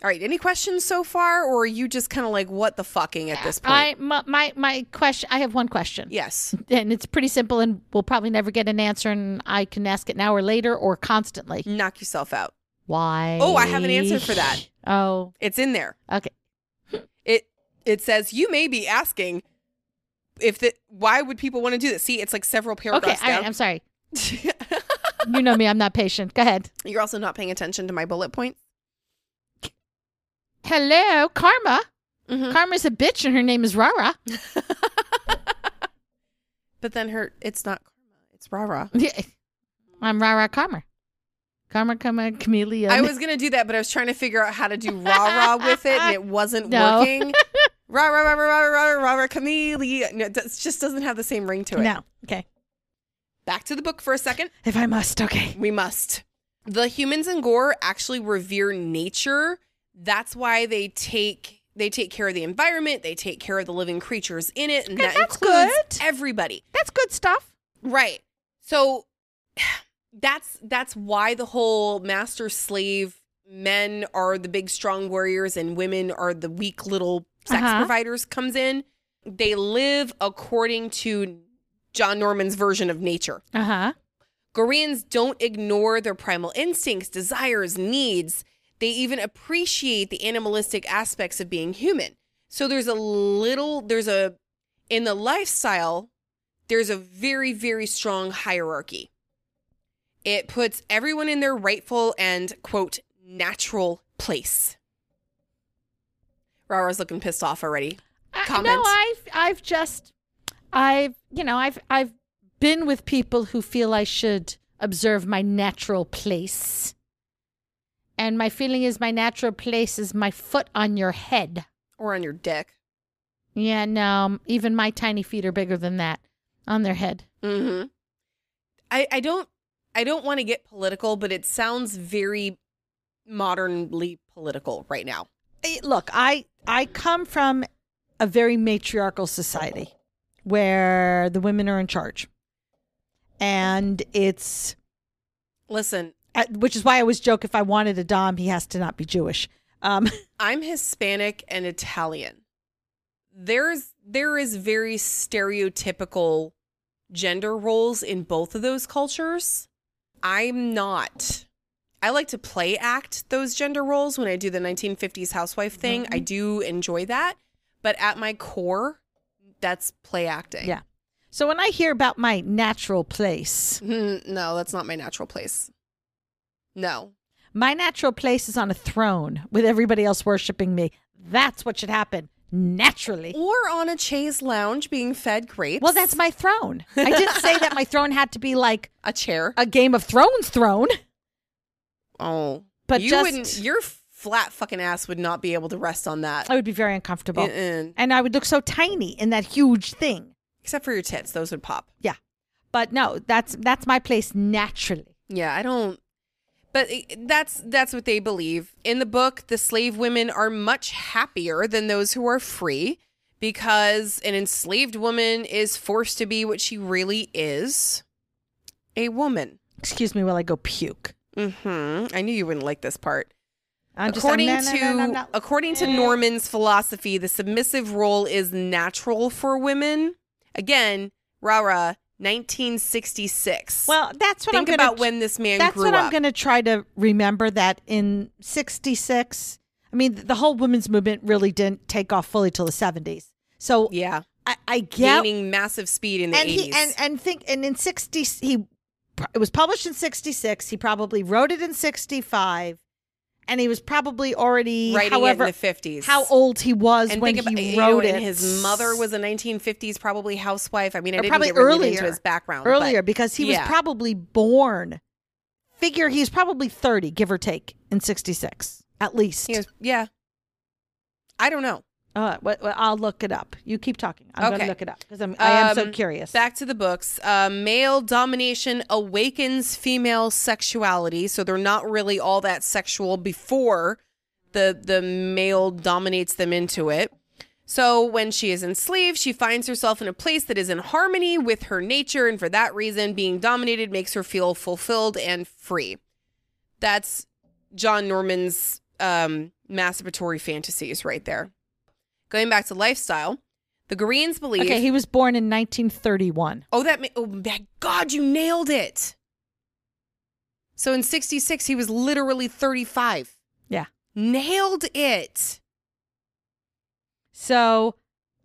Speaker 4: all right, any questions so far or are you just kind of like what the fucking at this point?
Speaker 1: I my, my my question. I have one question.
Speaker 4: yes.
Speaker 1: and it's pretty simple, and we'll probably never get an answer, and I can ask it now or later or constantly.
Speaker 4: Knock yourself out.
Speaker 1: Why?
Speaker 4: Mm. Oh, I have an answer for that.
Speaker 1: Oh,
Speaker 4: It's in there.
Speaker 1: okay.
Speaker 4: It it says you may be asking if the why would people want to do this? See, it's like several
Speaker 1: Okay,
Speaker 4: paragraphs
Speaker 1: all right.
Speaker 4: down.
Speaker 1: I'm sorry. You know me. I'm not patient. Go ahead.
Speaker 4: You're also not paying attention to my bullet point.
Speaker 1: Hello, Karma.
Speaker 4: Mhm.
Speaker 1: Karma's a bitch, and her name is Rara.
Speaker 4: But then her it's not karma, it's rah rah.
Speaker 1: I'm Rara Karma. Karma, Karma, Chameleon.
Speaker 4: I was gonna do that, but I was trying to figure out how to do rah rah with it, and it wasn't
Speaker 1: No.
Speaker 4: working. Rah rah rah rah rah rah rah rah chameleon. No, it does- just doesn't have the same ring to it.
Speaker 1: no. Okay.
Speaker 4: Back to the book for a second.
Speaker 1: If I must. Okay.
Speaker 4: We must. The humans in Gore actually revere nature. That's why they take they take care of the environment, they take care of the living creatures in it, and
Speaker 1: Okay,
Speaker 4: that
Speaker 1: that's
Speaker 4: includes
Speaker 1: good.
Speaker 4: everybody.
Speaker 1: That's good stuff.
Speaker 4: Right. So that's that's why the whole master slave men are the big strong warriors and women are the weak little sex
Speaker 5: Uh-huh.
Speaker 4: providers comes in. They live according to John Norman's version of nature.
Speaker 5: Uh huh.
Speaker 4: Goreans don't ignore their primal instincts, desires, needs. They even appreciate the animalistic aspects of being human. So there's a little, there's a, in the lifestyle, there's a very, very strong hierarchy. It puts everyone in their rightful and, quote, natural place. Rara's looking pissed off already. Comment.
Speaker 5: No, I've I've just I've you know I've I've been with people who feel I should observe my natural place, and my feeling is my natural place is my foot on your head.
Speaker 4: Or on your dick.
Speaker 5: Yeah, no, even my tiny feet are bigger than that on their head.
Speaker 4: hmm I I don't I don't want to get political, but it sounds very modernly political right now.
Speaker 1: Eh, Look, I I come from a very matriarchal society where the women are in charge, and it's
Speaker 4: Listen,
Speaker 1: uh, which is why I always joke if I wanted a dom, he has to not be Jewish. Um,
Speaker 4: I'm Hispanic and Italian. There's there is very stereotypical gender roles in both of those cultures. I'm not. I like to play act those gender roles when I do the 1950s housewife thing. I do enjoy that, but at my core, that's play acting.
Speaker 1: Yeah. so when I hear about my natural place,
Speaker 4: Mm, no, that's not my natural place. No.
Speaker 1: my natural place is on a throne with everybody else worshiping me. That's what should happen naturally.
Speaker 4: Or on a chaise lounge being fed grapes.
Speaker 5: Well, that's my throne. I didn't say that my throne had to be like
Speaker 4: a chair.
Speaker 5: a Game of Thrones throne.
Speaker 4: Oh.
Speaker 5: But
Speaker 4: you
Speaker 5: just-
Speaker 4: wouldn't your flat fucking ass would not be able to rest on that.
Speaker 5: I would be very uncomfortable,
Speaker 4: Mm-mm.
Speaker 5: and I would look so tiny in that huge thing.
Speaker 4: Except for your tits, those would pop.
Speaker 5: But no, that's that's my place naturally.
Speaker 4: Yeah, I don't but i- that's that's what they believe. In the book, the slave women are much happier than those who are free because an enslaved woman is forced to be what she really is, a woman.
Speaker 1: Excuse me while I go puke.
Speaker 4: hmm I knew you wouldn't like this part.
Speaker 1: I'm just-
Speaker 4: according
Speaker 1: I'm- no,
Speaker 4: to
Speaker 1: no, no, no, no.
Speaker 4: according
Speaker 1: Eh.
Speaker 4: to Norman's philosophy, the submissive role is natural for women. Again, Rara, 1966.
Speaker 1: well, that's what
Speaker 4: think
Speaker 1: I'm gonna
Speaker 4: about
Speaker 1: tr-
Speaker 4: when this man
Speaker 1: That's
Speaker 4: grew
Speaker 1: what
Speaker 4: up.
Speaker 1: I'm going to try to remember that in 66. I mean, th- the whole women's movement really didn't take off fully till the 70s. So
Speaker 4: yeah,
Speaker 1: I, I get
Speaker 4: gaining massive speed in the
Speaker 1: and
Speaker 4: 80s.
Speaker 1: he and and think and in 60 he it was published in 66 he probably wrote it in 65 and he was probably already
Speaker 4: Writing
Speaker 1: however
Speaker 4: it in the 50s.
Speaker 1: how old he was
Speaker 4: and
Speaker 1: when
Speaker 4: think about,
Speaker 1: he
Speaker 4: you know,
Speaker 1: wrote
Speaker 4: and
Speaker 1: it
Speaker 4: His mother was a 1950s probably housewife. I mean, I
Speaker 1: Or
Speaker 4: didn't
Speaker 1: probably
Speaker 4: get really into
Speaker 1: earlier.
Speaker 4: his background but-
Speaker 1: earlier because he
Speaker 4: yeah.
Speaker 1: was probably born figure he's probably 30 give or take in 66 at least
Speaker 4: He was- yeah, I don't know.
Speaker 1: Uh, wh- wh- I'll look it up. You keep talking. I'm going
Speaker 4: Okay.
Speaker 1: to look it up because I'm I am so
Speaker 4: Um,
Speaker 1: curious.
Speaker 4: Back to the books. Uh, male domination awakens female sexuality, so they're not really all that sexual before the the male dominates them into it. So when she is enslaved, she finds herself in a place that is in harmony with her nature, and for that reason, being dominated makes her feel fulfilled and free. That's John Norman's um, masturbatory fantasies right there. Going back to lifestyle, the Greens believe.
Speaker 1: okay, he was born in 1931.
Speaker 4: Oh, that! Ma- oh my God, you nailed it. So in '66, he was literally 35.
Speaker 1: Yeah.
Speaker 4: Nailed it.
Speaker 5: So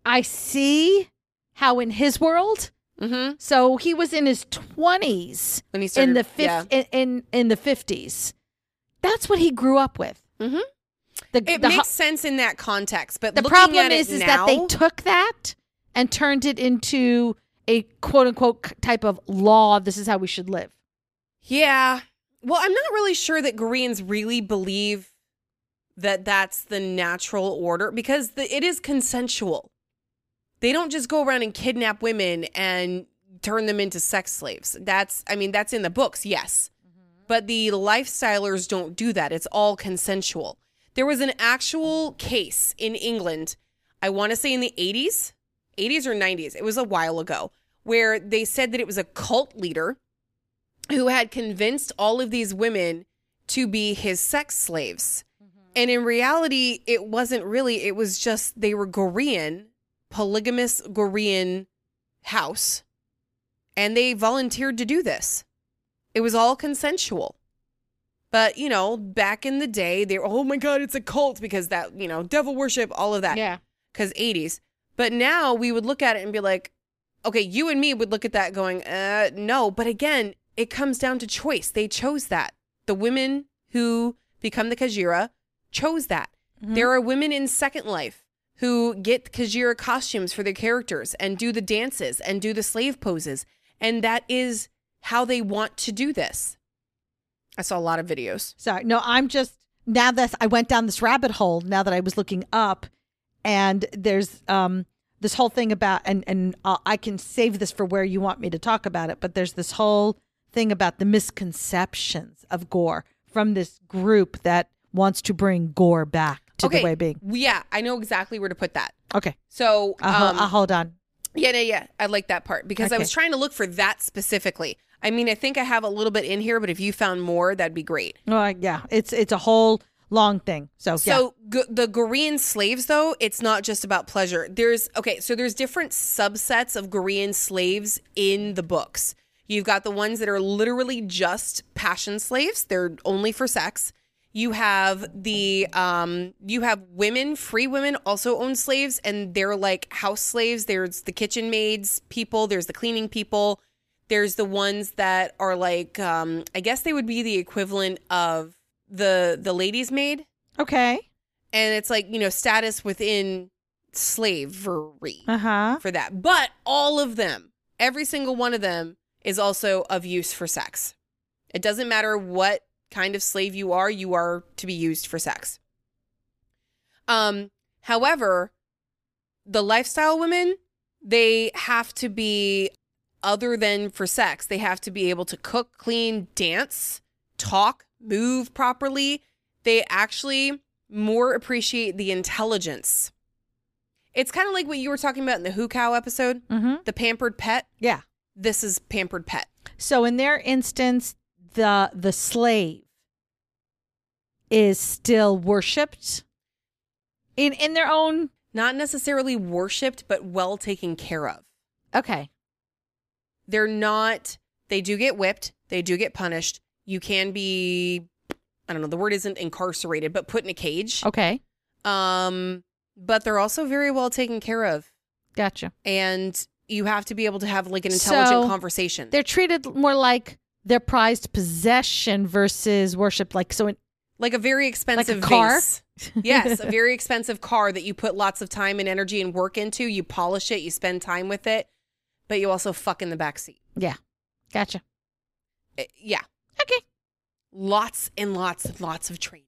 Speaker 5: I see how in his world,
Speaker 4: Mm-hmm.
Speaker 5: so he was in his twenties
Speaker 4: When he started
Speaker 5: in the fif-
Speaker 4: yeah.
Speaker 5: in, in in the fifties. That's what he grew up with.
Speaker 4: Mhm.
Speaker 5: The,
Speaker 4: It
Speaker 5: the, ho-
Speaker 4: makes sense in that context, but
Speaker 5: the
Speaker 4: looking
Speaker 5: problem
Speaker 4: at it
Speaker 5: is is that they
Speaker 4: now-
Speaker 5: took that and turned it into a quote unquote c- type of law. This is how we should live.
Speaker 4: yeah. Well, I'm not really sure that Koreans really believe that that's the natural order because the, it is consensual. They don't just go around and kidnap women and turn them into sex slaves. That's, I mean, that's in the books, yes. But the lifestylers don't do that. It's all consensual. There was an actual case in England, I want to say in the 80s, 80s or 90s, it was a while ago, where they said that it was a cult leader who had convinced all of these women to be his sex slaves. And in reality, it wasn't really, it was just they were Gorean, polygamous Gorean house. And they volunteered to do this. It was all consensual. But, you know, back in the day, they were, oh my God, it's a cult because that, you know, devil worship, all of that
Speaker 1: Yeah.
Speaker 4: because 80s. But now we would look at it and be like, okay, you and me would look at that going, uh, no. But again, it comes down to choice. They chose that. The women who become the Kajira chose that.
Speaker 1: Mm-hmm.
Speaker 4: There are women in Second Life who get Kajira costumes for their characters and do the dances and do the slave poses. And that is how they want to do this. I saw a lot of videos.
Speaker 1: Sorry. No, I'm just now that I went down this rabbit hole now that I was looking up and there's um this whole thing about and and uh, I can save this for where you want me to talk about it, but there's this whole thing about the misconceptions of gore from this group that wants to bring gore back to the way being.
Speaker 4: Yeah, I know exactly where to put that.
Speaker 1: Okay.
Speaker 4: So
Speaker 1: I'll,
Speaker 4: um,
Speaker 1: I'll hold on.
Speaker 4: Yeah, yeah, yeah. I like that part because I was
Speaker 1: Okay.
Speaker 4: trying to look for that specifically. I mean, I think I have a little bit in here, but if you found more, that'd be great.
Speaker 1: Uh, yeah, it's it's a whole long thing. So, yeah.
Speaker 4: So g- the Korean slaves, though, it's not just about pleasure. There's okay, so there's different subsets of Korean slaves in the books. You've got the ones that are literally just passion slaves; they're only for sex. You have the um, you have women, free women, also own slaves, and they're like house slaves. There's the kitchen maids people. There's the cleaning people. There's the ones that are like, um, I guess they would be the equivalent of the the ladies' maid
Speaker 1: okay.
Speaker 4: and it's like you know status within slavery
Speaker 1: Uh-huh.
Speaker 4: for that but all of them every single one of them is also of use for sex it doesn't matter what kind of slave you are you are to be used for sex um however the lifestyle women they have to be other than for sex they have to be able to cook clean dance talk move properly they actually more appreciate the intelligence it's kind of like what you were talking about in the who cow episode
Speaker 1: Mhm.
Speaker 4: the pampered pet
Speaker 1: Yeah.
Speaker 4: this is pampered pet
Speaker 1: So in their instance, the the slave is still worshipped in in their own
Speaker 4: not necessarily worshipped but well taken care of
Speaker 1: okay.
Speaker 4: they're not they do get whipped they do get punished you can be i don't know the word isn't incarcerated but put in a cage
Speaker 1: Okay.
Speaker 4: um but they're also very well taken care of
Speaker 1: Gotcha.
Speaker 4: and you have to be able to have like an intelligent
Speaker 1: So,
Speaker 4: conversation
Speaker 1: They're treated more like their prized possession versus worship like so in,
Speaker 4: like a very expensive
Speaker 1: car?
Speaker 4: vase. yes, a very expensive car that you put lots of time and energy and work into. You polish it, you spend time with it, but you also fuck in the backseat.
Speaker 1: yeah. Gotcha.
Speaker 4: Uh, yeah,
Speaker 1: Okay.
Speaker 4: lots and lots and lots of training.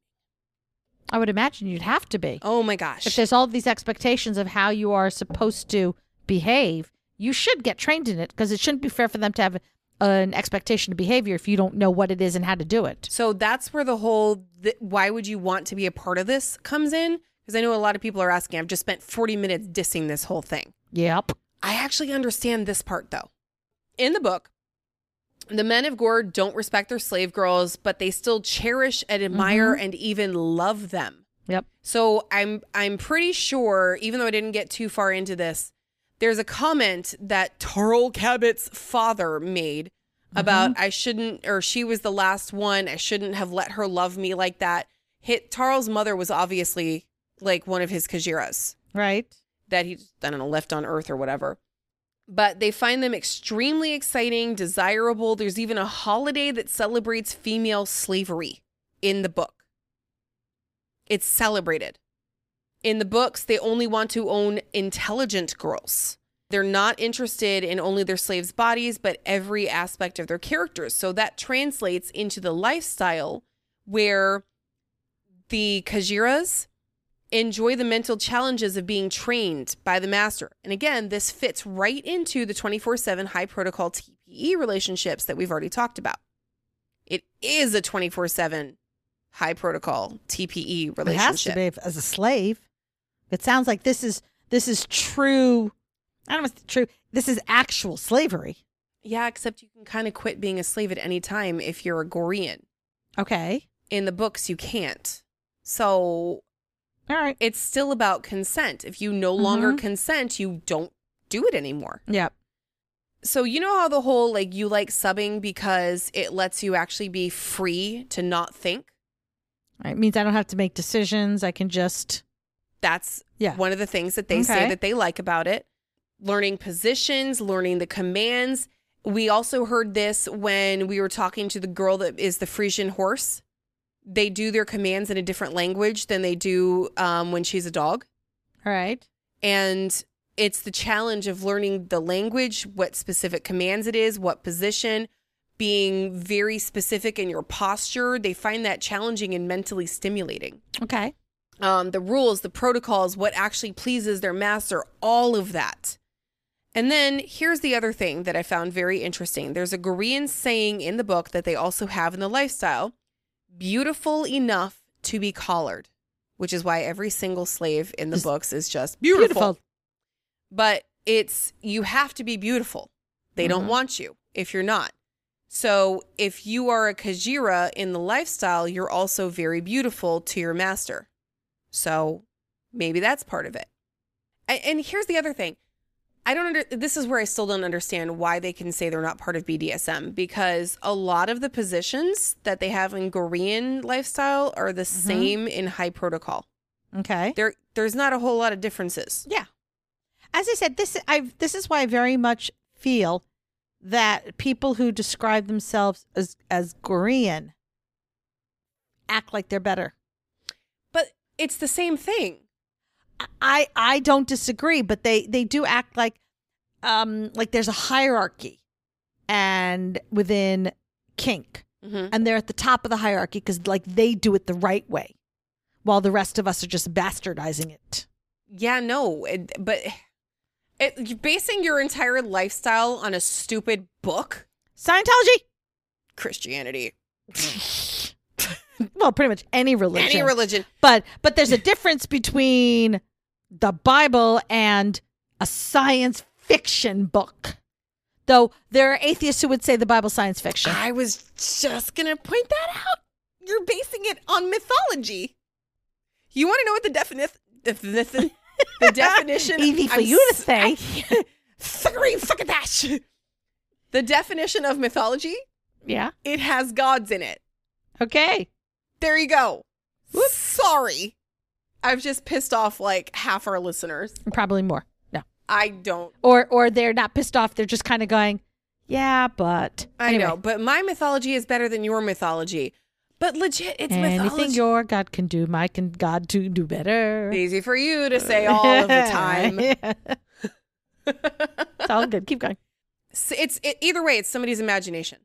Speaker 1: I would imagine you'd have to be.
Speaker 4: Oh my gosh.
Speaker 1: If there's all these expectations of how you are supposed to behave, you should get trained in it because it shouldn't be fair for them to have an expectation of behavior if you don't know what it is and how to do it.
Speaker 4: So that's where the whole th- why would you want to be a part of this comes in? Because I know a lot of people are asking. I've just spent 40 minutes dissing this whole thing.
Speaker 1: Yep.
Speaker 4: I actually understand this part though. In the book, the men of Gore don't respect their slave girls, but they still cherish and admire
Speaker 1: Mm-hmm.
Speaker 4: and even love them.
Speaker 1: Yep.
Speaker 4: So I'm I'm pretty sure, even though I didn't get too far into this, there's a comment that Tarl Cabot's father made about I shouldn't or she was the last one. I shouldn't have let her love me like that. Hit Tarl's mother was obviously like one of his Kajiras
Speaker 1: Right.
Speaker 4: that he I don't know left on Earth or whatever. But they find them extremely exciting, desirable. There's even a holiday that celebrates female slavery in the book. It's celebrated. In the books, they only want to own intelligent girls. They're not interested in only their slaves' bodies, but every aspect of their characters. So that translates into the lifestyle where the Kajiras enjoy the mental challenges of being trained by the master. And again, this fits right into the 24 7 high protocol TPE relationships that we've already talked about. It is a 24 7 high protocol TPE relationship.
Speaker 1: It has to be if- as a slave. It sounds like this is this is true. I don't know if it's true. This is actual slavery.
Speaker 4: Yeah, except you can kind of quit being a slave at any time if you're a Gorean.
Speaker 1: Okay.
Speaker 4: In the books, you can't. So
Speaker 1: All right.
Speaker 4: it's still about consent. If you no longer consent, you don't do it anymore.
Speaker 1: Yep.
Speaker 4: So you know how the whole like you like subbing because it lets you actually be free to not think?
Speaker 1: All right. It means I don't have to make decisions. I can just
Speaker 4: That's
Speaker 1: Yeah.
Speaker 4: one of the things that they say
Speaker 1: Okay.
Speaker 4: that they like about it. Learning positions, learning the commands. We also heard this when we were talking to the girl that is the Frisian horse. They do their commands in a different language than they do um, when she's a dog.
Speaker 1: All right.
Speaker 4: And it's the challenge of learning the language, what specific commands it is, what position, being very specific in your posture. They find that challenging and mentally stimulating
Speaker 1: Okay.
Speaker 4: um, the rules, the protocols, what actually pleases their master, all of that. And then here's the other thing that I found very interesting. There's a Korean saying in the book that they also have in the lifestyle beautiful enough to be collared, which is why every single slave in the
Speaker 1: Is
Speaker 4: books is just beautiful. But it's you have to be beautiful. They don't
Speaker 1: Mhm.
Speaker 4: want you if you're not. So if you are a Kajira in the lifestyle, you're also very beautiful to your master. So maybe that's part of it. And, and here's the other thing. I don't under this is where I still don't understand why they can say they're not part of BDSM because a lot of the positions that they have in Korean lifestyle are the same in high protocol.
Speaker 1: Okay.
Speaker 4: There there's not a whole lot of differences.
Speaker 1: Yeah. As I said, this I this is why I very much feel that people who describe themselves as as Korean act like they're better.
Speaker 4: But it's the same thing.
Speaker 1: I I don't disagree, but they they do act like um like there's a hierarchy and within kink
Speaker 4: Mhm.
Speaker 1: and they're at the top of the hierarchy cuz like they do it the right way while the rest of us are just bastardizing it.
Speaker 4: Yeah, no, it, but it, basing your entire lifestyle on a stupid book,
Speaker 1: Scientology?
Speaker 4: Christianity,
Speaker 1: Well, pretty much any religion.
Speaker 4: any religion,
Speaker 1: but but there's a difference between the bible and a science fiction book though there are atheists who would say the bible's science fiction
Speaker 4: I was just going to point that out. You're basing it on mythology. You want to know what the definition the, the definition
Speaker 1: easy for you to say
Speaker 4: Suckery, suck at that. The definition of mythology,
Speaker 1: yeah
Speaker 4: it has gods in it.
Speaker 1: okay
Speaker 4: There you go. Sorry. I've just pissed off like half our listeners.
Speaker 1: probably more no
Speaker 4: I don't.
Speaker 1: or or they're not pissed off they're just kind of going yeah but
Speaker 4: I
Speaker 1: Anyway,
Speaker 4: know, but my mythology is better than your mythology. But legit, it's
Speaker 1: anything
Speaker 4: mythology.
Speaker 1: your god can do my can god to do better
Speaker 4: Easy for you to say all of the time.
Speaker 1: it's all good keep going
Speaker 4: S- It's it, either way, it's somebody's imagination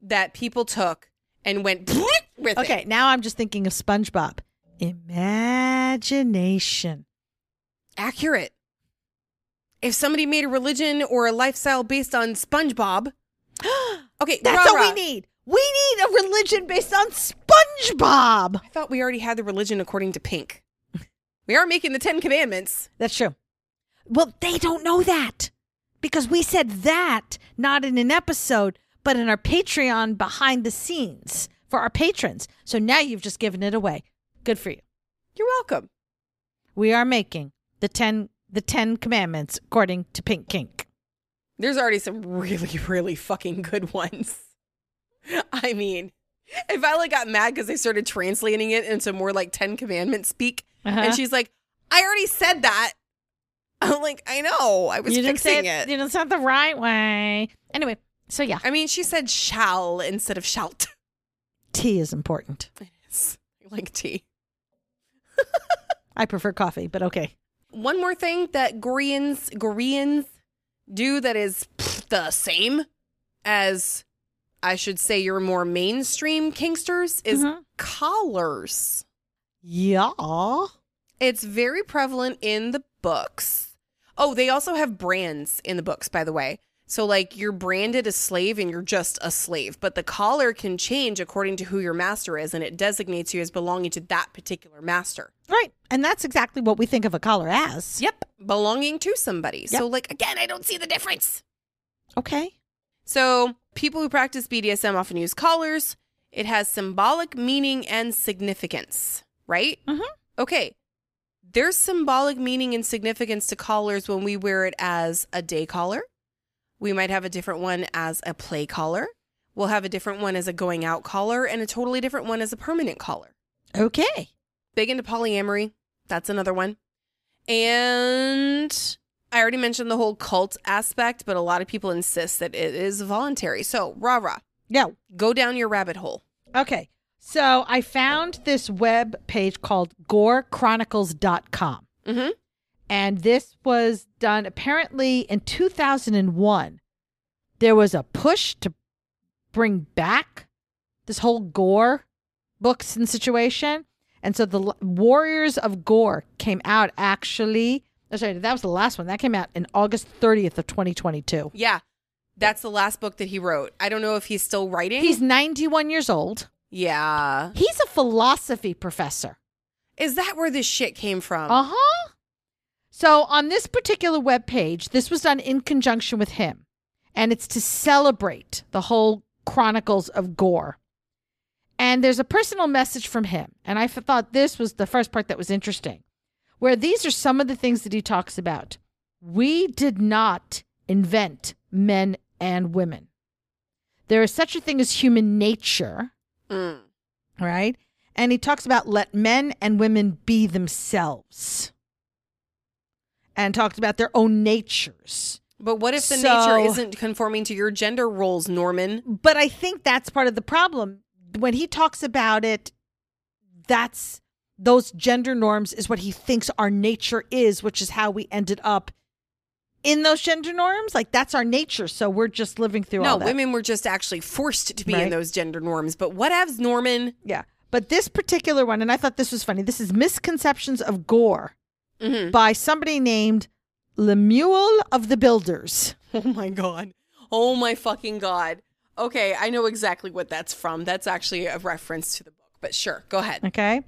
Speaker 4: that people took and went with it.
Speaker 1: okay now i'm just thinking of spongebob imagination
Speaker 4: accurate. If somebody made a religion or a lifestyle based on SpongeBob, okay,
Speaker 1: That's
Speaker 4: rah,
Speaker 1: all
Speaker 4: rah.
Speaker 1: we need. We need a religion based on SpongeBob.
Speaker 4: I thought we already had the religion according to Pink. we are making the Ten Commandments.
Speaker 1: That's true. Well, they don't know that because we said that not in an episode, but in our Patreon behind the scenes for our patrons. So now you've just given it away. Good for you.
Speaker 4: You're welcome.
Speaker 1: We are making the 10 the 10 commandments according to Pink Kink.
Speaker 4: There's already some really, really fucking good ones. I mean, if I like got mad because they started translating it into more like Ten Commandments speak,
Speaker 1: Uh-huh.
Speaker 4: and she's like, "I already said that." I'm like, "I know, I was
Speaker 1: you didn't say
Speaker 4: fixing it."
Speaker 1: You didn't say it the right way. Anyway, so yeah,
Speaker 4: I mean, she said "shall" instead of "shalt."
Speaker 1: tea is important.
Speaker 4: like tea.
Speaker 1: I prefer coffee, but okay.
Speaker 4: One more thing that Goreans Goreans do that is pff, the same as I should say your more mainstream kinksters is
Speaker 1: Mhm.
Speaker 4: collars.
Speaker 1: Yeah.
Speaker 4: It's very prevalent in the books. Oh, they also have brands in the books, by the way. So, like, you're branded a slave and you're just a slave, but the collar can change according to who your master is, and it designates you as belonging to that particular master.
Speaker 1: Right. And that's exactly what we think of a collar as.
Speaker 4: Yep. Belonging to somebody. So,
Speaker 1: Yep.
Speaker 4: like, again, I don't see the difference.
Speaker 1: Okay.
Speaker 4: So, people who practice BDSM often use collars. It has symbolic meaning and significance, right?
Speaker 1: Mhm.
Speaker 4: Okay. There's symbolic meaning and significance to collars when we wear it as a day collar. We might have a different one as a play collar. We'll have a different one as a going out collar and a totally different one as a permanent collar
Speaker 1: Okay.
Speaker 4: big into polyamory. That's another one. And I already mentioned the whole cult aspect, but a lot of people insist that it is voluntary. So, rah rah,
Speaker 1: No.
Speaker 4: go down your rabbit hole.
Speaker 1: Okay. So I found this web page called gorechronicles.com.
Speaker 4: Mhm.
Speaker 1: And this was done apparently in 2001. There was a push to bring back this whole gore books and situation. And so the L- Warriors of Gore came out actually. oh, Sorry, that was the last one. That came out in August 30th of 2022.
Speaker 4: Yeah, that's the last book that he wrote. I don't know if he's still writing.
Speaker 1: He's 91 years old.
Speaker 4: yeah.
Speaker 1: He's a philosophy professor.
Speaker 4: Is that where this shit came from?
Speaker 1: Uh huh. So on this particular webpage, this was done in conjunction with him, and it's to celebrate the whole Chronicles of Gore. And there's a personal message from him, and I f- thought this was the first part that was interesting, where these are some of the things that he talks about. We did not invent men and women. There is such a thing as human nature,
Speaker 4: Mm.
Speaker 1: right? And he talks about let men and women be themselves and talks about their own natures.
Speaker 4: But what if the
Speaker 1: So-
Speaker 4: nature isn't conforming to your gender roles, Norman?
Speaker 1: But I think that's part of the problem. When he talks about it, that's those gender norms is what he thinks our nature is, which is how we ended up in those gender norms. Like that's our nature. So we're just living through
Speaker 4: No,
Speaker 1: all that.
Speaker 4: women were just actually forced to be in
Speaker 1: Right.
Speaker 4: those gender norms. But what whatevs, Norman?
Speaker 1: Yeah. But this particular one, and I thought this was funny, this is Misconceptions of Gore
Speaker 4: Mhm.
Speaker 1: by somebody named Lemuel of the Builders.
Speaker 4: Oh my god. Oh my fucking god. Okay, I know exactly what that's from. That's actually a reference to the book, but sure, go ahead.
Speaker 1: Okay.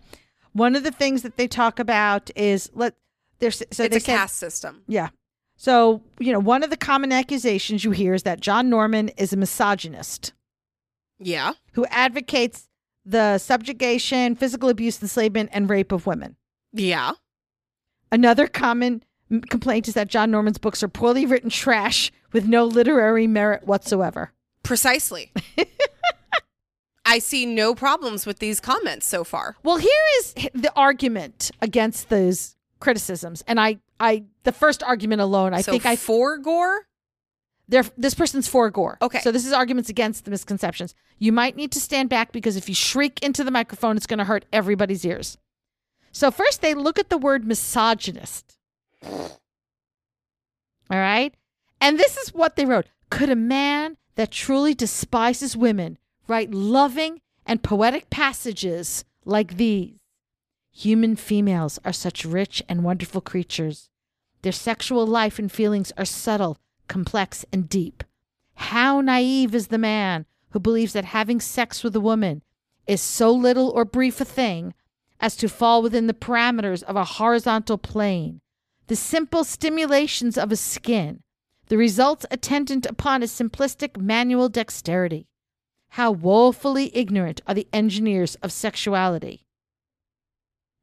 Speaker 1: One of the things that they talk about is let there's so
Speaker 4: it's
Speaker 1: they
Speaker 4: a
Speaker 1: said,
Speaker 4: caste system.
Speaker 1: Yeah. So, you know, one of the common accusations you hear is that John Norman is a misogynist
Speaker 4: Yeah.
Speaker 1: who advocates the subjugation, physical abuse, enslavement, and rape of women.
Speaker 4: Yeah.
Speaker 1: Another common m- complaint is that John Norman's books are poorly written trash with no literary merit whatsoever.
Speaker 4: Precisely. I see no problems with these comments so far.
Speaker 1: Well, here is h- the argument against those criticisms, and I, I, the first argument alone, I
Speaker 4: so
Speaker 1: think I,
Speaker 4: for gore?
Speaker 1: they're, this person's for gore.
Speaker 4: Okay.
Speaker 1: so this is arguments against the misconceptions. You might need to stand back because if you shriek into the microphone, it's going to hurt everybody's ears. So first, they look at the word misogynist. All right. And this is what they wrote Could a man that truly despises women write loving and poetic passages like these? Human females are such rich and wonderful creatures. Their sexual life and feelings are subtle, complex, and deep. How naive is the man who believes that having sex with a woman is so little or brief a thing as to fall within the parameters of a horizontal plane. The simple stimulations of his skin, the results attendant upon his simplistic manual dexterity. How woefully ignorant are the engineers of sexuality.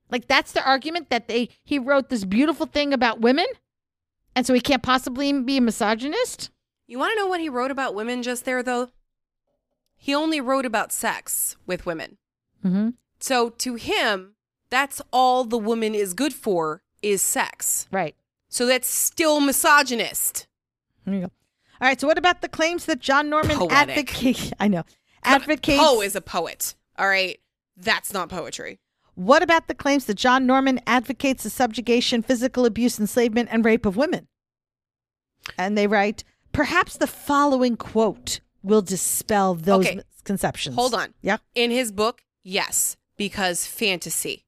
Speaker 1: Like that's the argument that they he wrote this beautiful thing about women, and so he can't possibly be a misogynist.
Speaker 4: You want to know what he wrote about women just there though? He only wrote about sex with women.
Speaker 1: Mm-hmm.
Speaker 4: So to him, that's all the woman is good for is sex.
Speaker 1: Right.
Speaker 4: So that's still misogynist.
Speaker 1: There you go. All right. So what about the claims that John Norman
Speaker 4: Poetic.
Speaker 1: advocates? I know advocates.
Speaker 4: Poe is a poet. All right. That's not poetry.
Speaker 1: What about the claims that John Norman advocates the subjugation, physical abuse, enslavement, and rape of women? And they write, perhaps the following quote will dispel those
Speaker 4: Okay.
Speaker 1: misconceptions.
Speaker 4: Hold on.
Speaker 1: Yeah.
Speaker 4: In his book, yes, because fantasy.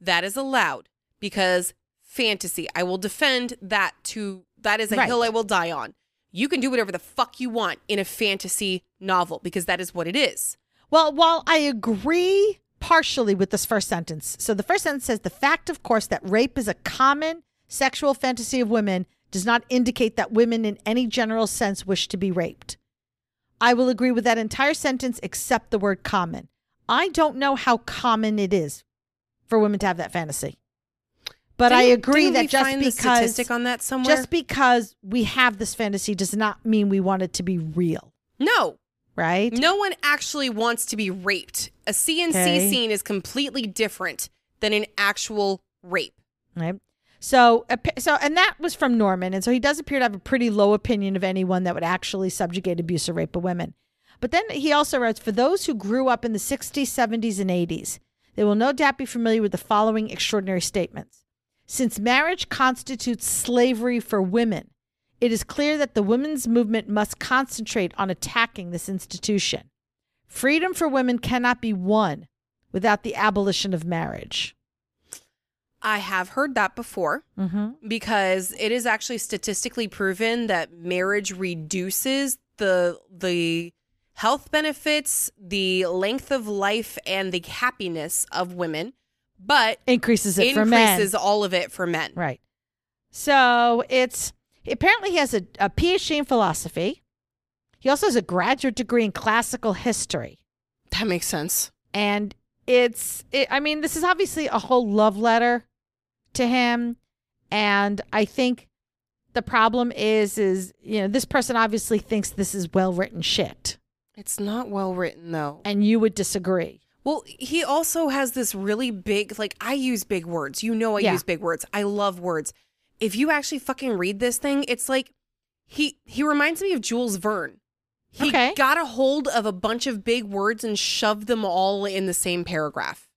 Speaker 4: That is allowed because fantasy. I will defend that to that is a
Speaker 1: Right.
Speaker 4: hill I will die on. You can do whatever the fuck you want in a fantasy novel because that is what it is.
Speaker 1: Well, while I agree partially with this first sentence, so the first sentence says the fact, of course, that rape is a common sexual fantasy of women does not indicate that women in any general sense wish to be raped. I will agree with that entire sentence except the word common. I don't know how common it is for women to have that fantasy. But I
Speaker 4: Didn't-
Speaker 1: agree
Speaker 4: didn't
Speaker 1: that
Speaker 4: we
Speaker 1: just
Speaker 4: find the
Speaker 1: because
Speaker 4: statistic on that somewhere.
Speaker 1: just because we have this fantasy does not mean we want it to be real,
Speaker 4: no,
Speaker 1: right?
Speaker 4: no one actually wants to be raped. A CNC
Speaker 1: Okay.
Speaker 4: scene is completely different than an actual rape.
Speaker 1: Right. So, ap- so, and that was from Norman, and so he does appear to have a pretty low opinion of anyone that would actually subjugate, abuse, or rape a woman. But then he also writes for those who grew up in the 60s, 70s, and 80s, they will no doubt be familiar with the following extraordinary statements. Since marriage constitutes slavery for women, it is clear that the women's movement must concentrate on attacking this institution. Freedom for women cannot be won without the abolition of marriage.
Speaker 4: I have heard that before.
Speaker 1: Mm-hmm.
Speaker 4: because it is actually statistically proven that marriage reduces the the health benefits, the length of life and the happiness of women, but
Speaker 1: Increases it for men.
Speaker 4: increases all of it for men.
Speaker 1: Right. So it's apparently he has a, a PhD in philosophy. He also has a graduate degree in classical history.
Speaker 7: That makes sense.
Speaker 1: And it's, it, I mean, this is obviously a whole love letter to him. And I think the problem is, is, you know, this person obviously thinks this is well written shit.
Speaker 7: It's not well written though.
Speaker 1: And you would disagree.
Speaker 4: Well, he also has this really big like I use big words. You know I
Speaker 1: Yeah.
Speaker 4: use big words. I love words. If you actually fucking read this thing, it's like he he reminds me of Jules Verne. He
Speaker 1: Okay.
Speaker 4: got a hold of a bunch of big words and shoved them all in the same paragraph.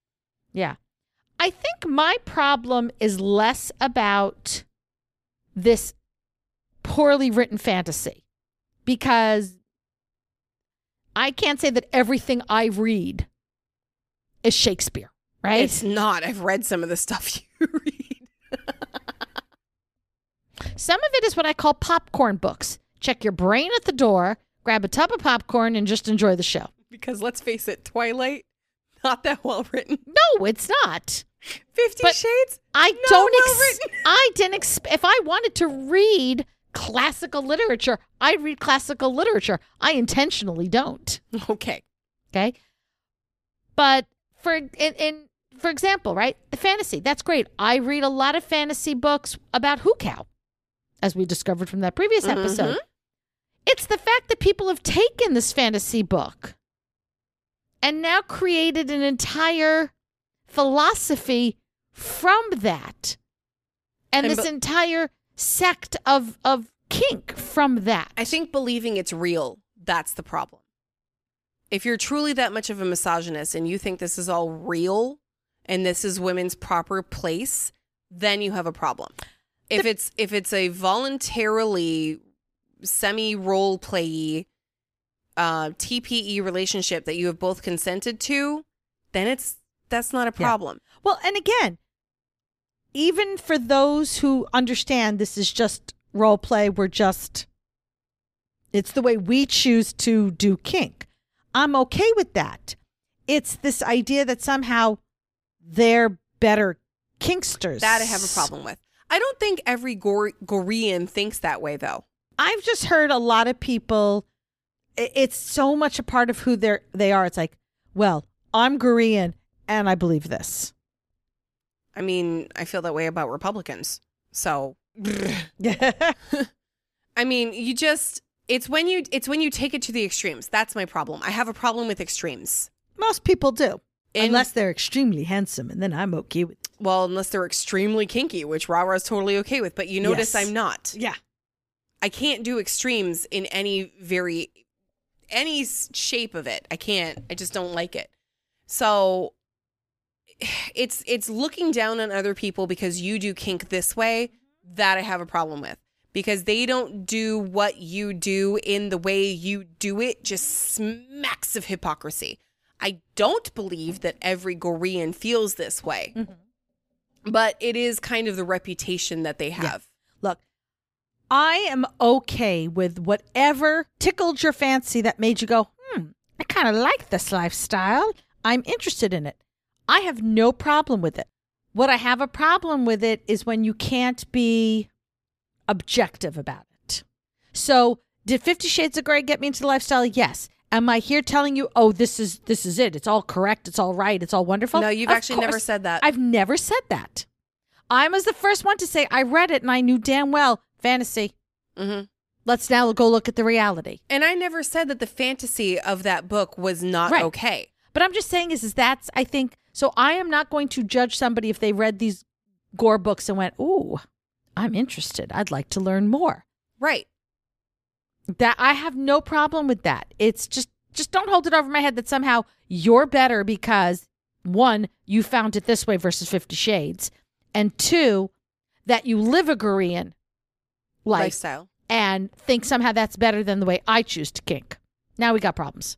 Speaker 1: Yeah. I think my problem is less about this poorly written fantasy because I can't say that everything I read is Shakespeare, right?
Speaker 4: It's not. I've read some of the stuff you read.
Speaker 1: Some of it is what I call popcorn books. Check your brain at the door, grab a tub of popcorn, and just enjoy the show.
Speaker 4: Because let's face it, Twilight, not that well written.
Speaker 1: No, it's not.
Speaker 4: Fifty
Speaker 1: But
Speaker 4: Shades?
Speaker 1: I
Speaker 4: Not
Speaker 1: don't.
Speaker 4: well
Speaker 1: Ex-
Speaker 4: written.
Speaker 1: I didn't. Ex- if I wanted to read classical literature, I read classical literature. I intentionally don't.
Speaker 4: Okay.
Speaker 1: Okay, but for in, in for example, right, the fantasy. That's great. I read a lot of fantasy books about Hukau, as we discovered from that previous
Speaker 4: Mm-hmm,
Speaker 1: episode. It's the fact that people have taken this fantasy book and now created an entire philosophy from that and,
Speaker 4: And
Speaker 1: this
Speaker 4: bu-
Speaker 1: entire sect of of kink from that
Speaker 4: I think believing it's real, that's the problem. If you're truly that much of a misogynist and you think this is all real and this is women's proper place, then you have a problem. If it's if it's a voluntarily semi role play uh, TPE relationship that you have both consented to, then it's that's not a problem.
Speaker 1: Well, and again, even for those who understand this is just role play, we're just, it's the way we choose to do kink. I'm okay with that. It's this idea that somehow they're better kinksters.
Speaker 4: That I have a problem with. I don't think every Gor- Gorean thinks that way though.
Speaker 1: I've just heard a lot of people. i- It's so much a part of who they're they are. It's like, well, I'm Korean and I believe this.
Speaker 4: I mean, I feel that way about Republicans. So I mean, you just it's when you it's when you take it to the extremes. That's my problem. I have a problem with extremes.
Speaker 1: Most people do.
Speaker 4: And-
Speaker 1: Unless they're extremely handsome, and then I'm okay with it.
Speaker 4: Well, unless they're extremely kinky, which Rara's totally okay with, but you notice
Speaker 1: Yes.
Speaker 4: I'm not.
Speaker 1: Yeah.
Speaker 4: I can't do extremes in any very any s- shape of it. I can't. I just don't like it. So it's it's looking down on other people because you do kink this way that I have a problem with because they don't do what you do in the way you do it just smacks of hypocrisy. I don't believe that every Gorean feels this way. But it is kind of the reputation that they have.
Speaker 1: Look, I am okay with whatever tickled your fancy that made you go, hmm, I kind of like this lifestyle. I'm interested in it. I have no problem with it. What I have a problem with it is when you can't be objective about it. So Did Fifty Shades of Grey get me into the lifestyle? Yes. Am I here telling you, oh, this is this is it? It's all correct. It's all right. It's all wonderful.
Speaker 4: No, you've
Speaker 1: Of
Speaker 4: actually never
Speaker 1: course.
Speaker 4: said that.
Speaker 1: I've never said that. I was the first one to say I read it and I knew damn well fantasy.
Speaker 8: Mm-hmm.
Speaker 1: Let's now go look at the reality.
Speaker 4: And I never said that the fantasy of that book was not
Speaker 1: Right.
Speaker 4: okay.
Speaker 1: But I'm just saying is, is that's I think so. I am not going to judge somebody if they read these gore books and went, "Ooh, I'm interested. I'd like to learn more."
Speaker 4: Right.
Speaker 1: That I have no problem with that. It's just just don't hold it over my head that somehow you're better because one, you found it this way versus Fifty Shades, and two, that you live a Korean life
Speaker 4: Lifestyle.
Speaker 1: and think somehow that's better than the way I choose to kink. Now we got problems.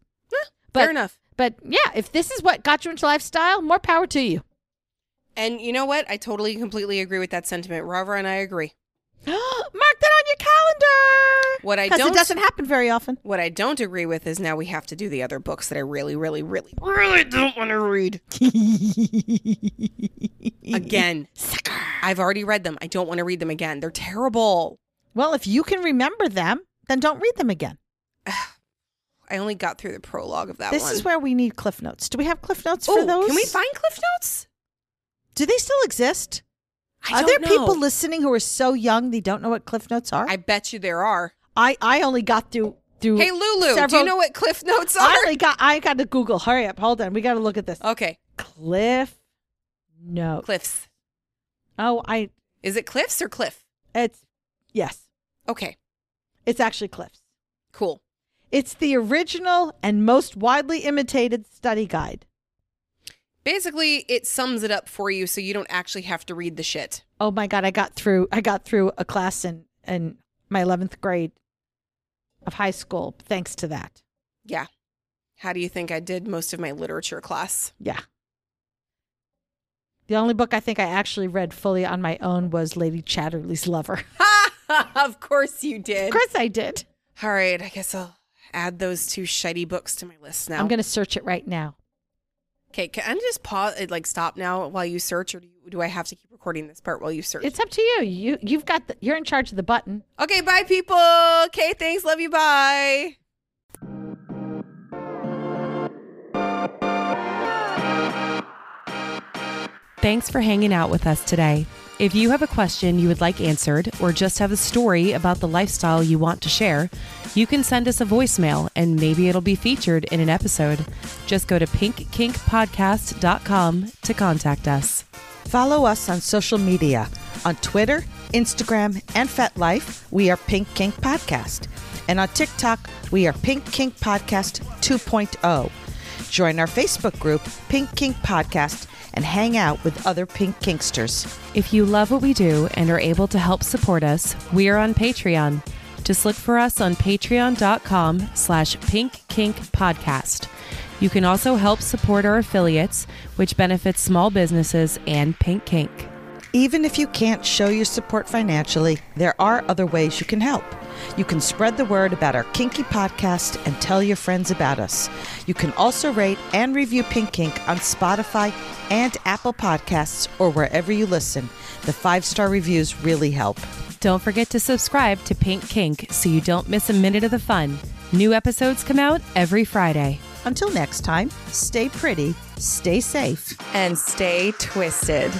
Speaker 1: But-
Speaker 4: Fair enough.
Speaker 1: But yeah, if this is what got you into lifestyle, more power to you.
Speaker 4: And you know what? I totally completely agree with that sentiment. Rava and I agree.
Speaker 1: Mark that on your calendar.
Speaker 4: What I
Speaker 9: Because
Speaker 4: don't
Speaker 9: it doesn't happen very often.
Speaker 4: what I don't agree with is now we have to do the other books that I really, really, really
Speaker 8: Really don't want to read.
Speaker 4: again. I've already read them. I don't want to read them again. They're terrible.
Speaker 9: Well, if you can remember them, then don't read them again.
Speaker 4: I only got through the prologue of that
Speaker 9: this
Speaker 4: one.
Speaker 9: is where we need cliff notes. Do we have cliff notes for
Speaker 4: Ooh,
Speaker 9: those?
Speaker 4: Can we find Cliff Notes?
Speaker 9: Do they still exist?
Speaker 4: I
Speaker 9: are
Speaker 4: don't
Speaker 9: there people
Speaker 4: know.
Speaker 9: listening who are so young they don't know what cliff notes are?
Speaker 4: I bet you there are.
Speaker 9: I, I only got through through.
Speaker 4: Hey Lulu, do you
Speaker 9: Mm, several-
Speaker 4: know what Cliff Notes are?
Speaker 9: I only got I got to Google. Hurry up, hold on. We got to look at this.
Speaker 4: Okay,
Speaker 9: Cliff notes.
Speaker 4: Cliffs.
Speaker 9: Oh, I
Speaker 4: Is it Cliffs or Cliff?
Speaker 9: it's yes,
Speaker 4: Okay,
Speaker 9: it's actually cliffs.
Speaker 4: cool.
Speaker 9: It's the original and most widely imitated study guide.
Speaker 4: Basically, it sums it up for you, so you don't actually have to read the shit.
Speaker 9: Oh my god, I got through I got through a class in in my 11th grade of high school thanks to that.
Speaker 4: Yeah. How do you think I did most of my literature class?
Speaker 9: Yeah. The only book I think I actually read fully on my own was Lady Chatterley's Lover.
Speaker 4: Ha! of course you did.
Speaker 9: of course I did.
Speaker 4: All right, I guess I'll add those two shitty books to my list now.
Speaker 1: I'm going to search it right now.
Speaker 4: okay, can I just pause, uh, like stop now while you search, or do, you, do I have to keep recording this part while you search?
Speaker 1: It's up to you. You you've got the, you're in charge of the button.
Speaker 4: okay, bye, people. Okay, thanks. Love you. Bye.
Speaker 10: Thanks for hanging out with us today. If you have a question you would like answered or just have a story about the lifestyle you want to share, you can send us a voicemail and maybe it'll be featured in an episode. Just go to pinkkinkpodcast.com to contact us.
Speaker 9: Follow us on social media on Twitter, Instagram, and FetLife. We are Pink Kink Podcast. And on TikTok, we are Pink Kink Podcast 2.0. Join our Facebook group, Pink Kink Podcast, and hang out with other Pink Kinksters.
Speaker 10: If you love what we do and are able to help support us, we are on Patreon. Just look for us on patreon.com slash pink kink podcast. You can also help support our affiliates, which benefits small businesses and pink kink.
Speaker 9: Even if you can't show your support financially, there are other ways you can help. You can spread the word about our Kinky podcast and tell your friends about us. You can also rate and review Pink Kink on Spotify and Apple Podcasts or wherever you listen. The five star reviews really help.
Speaker 10: Don't forget to subscribe to Pink Kink so you don't miss a minute of the fun. New episodes come out every Friday.
Speaker 9: Until next time, stay pretty, stay safe.
Speaker 11: and stay twisted.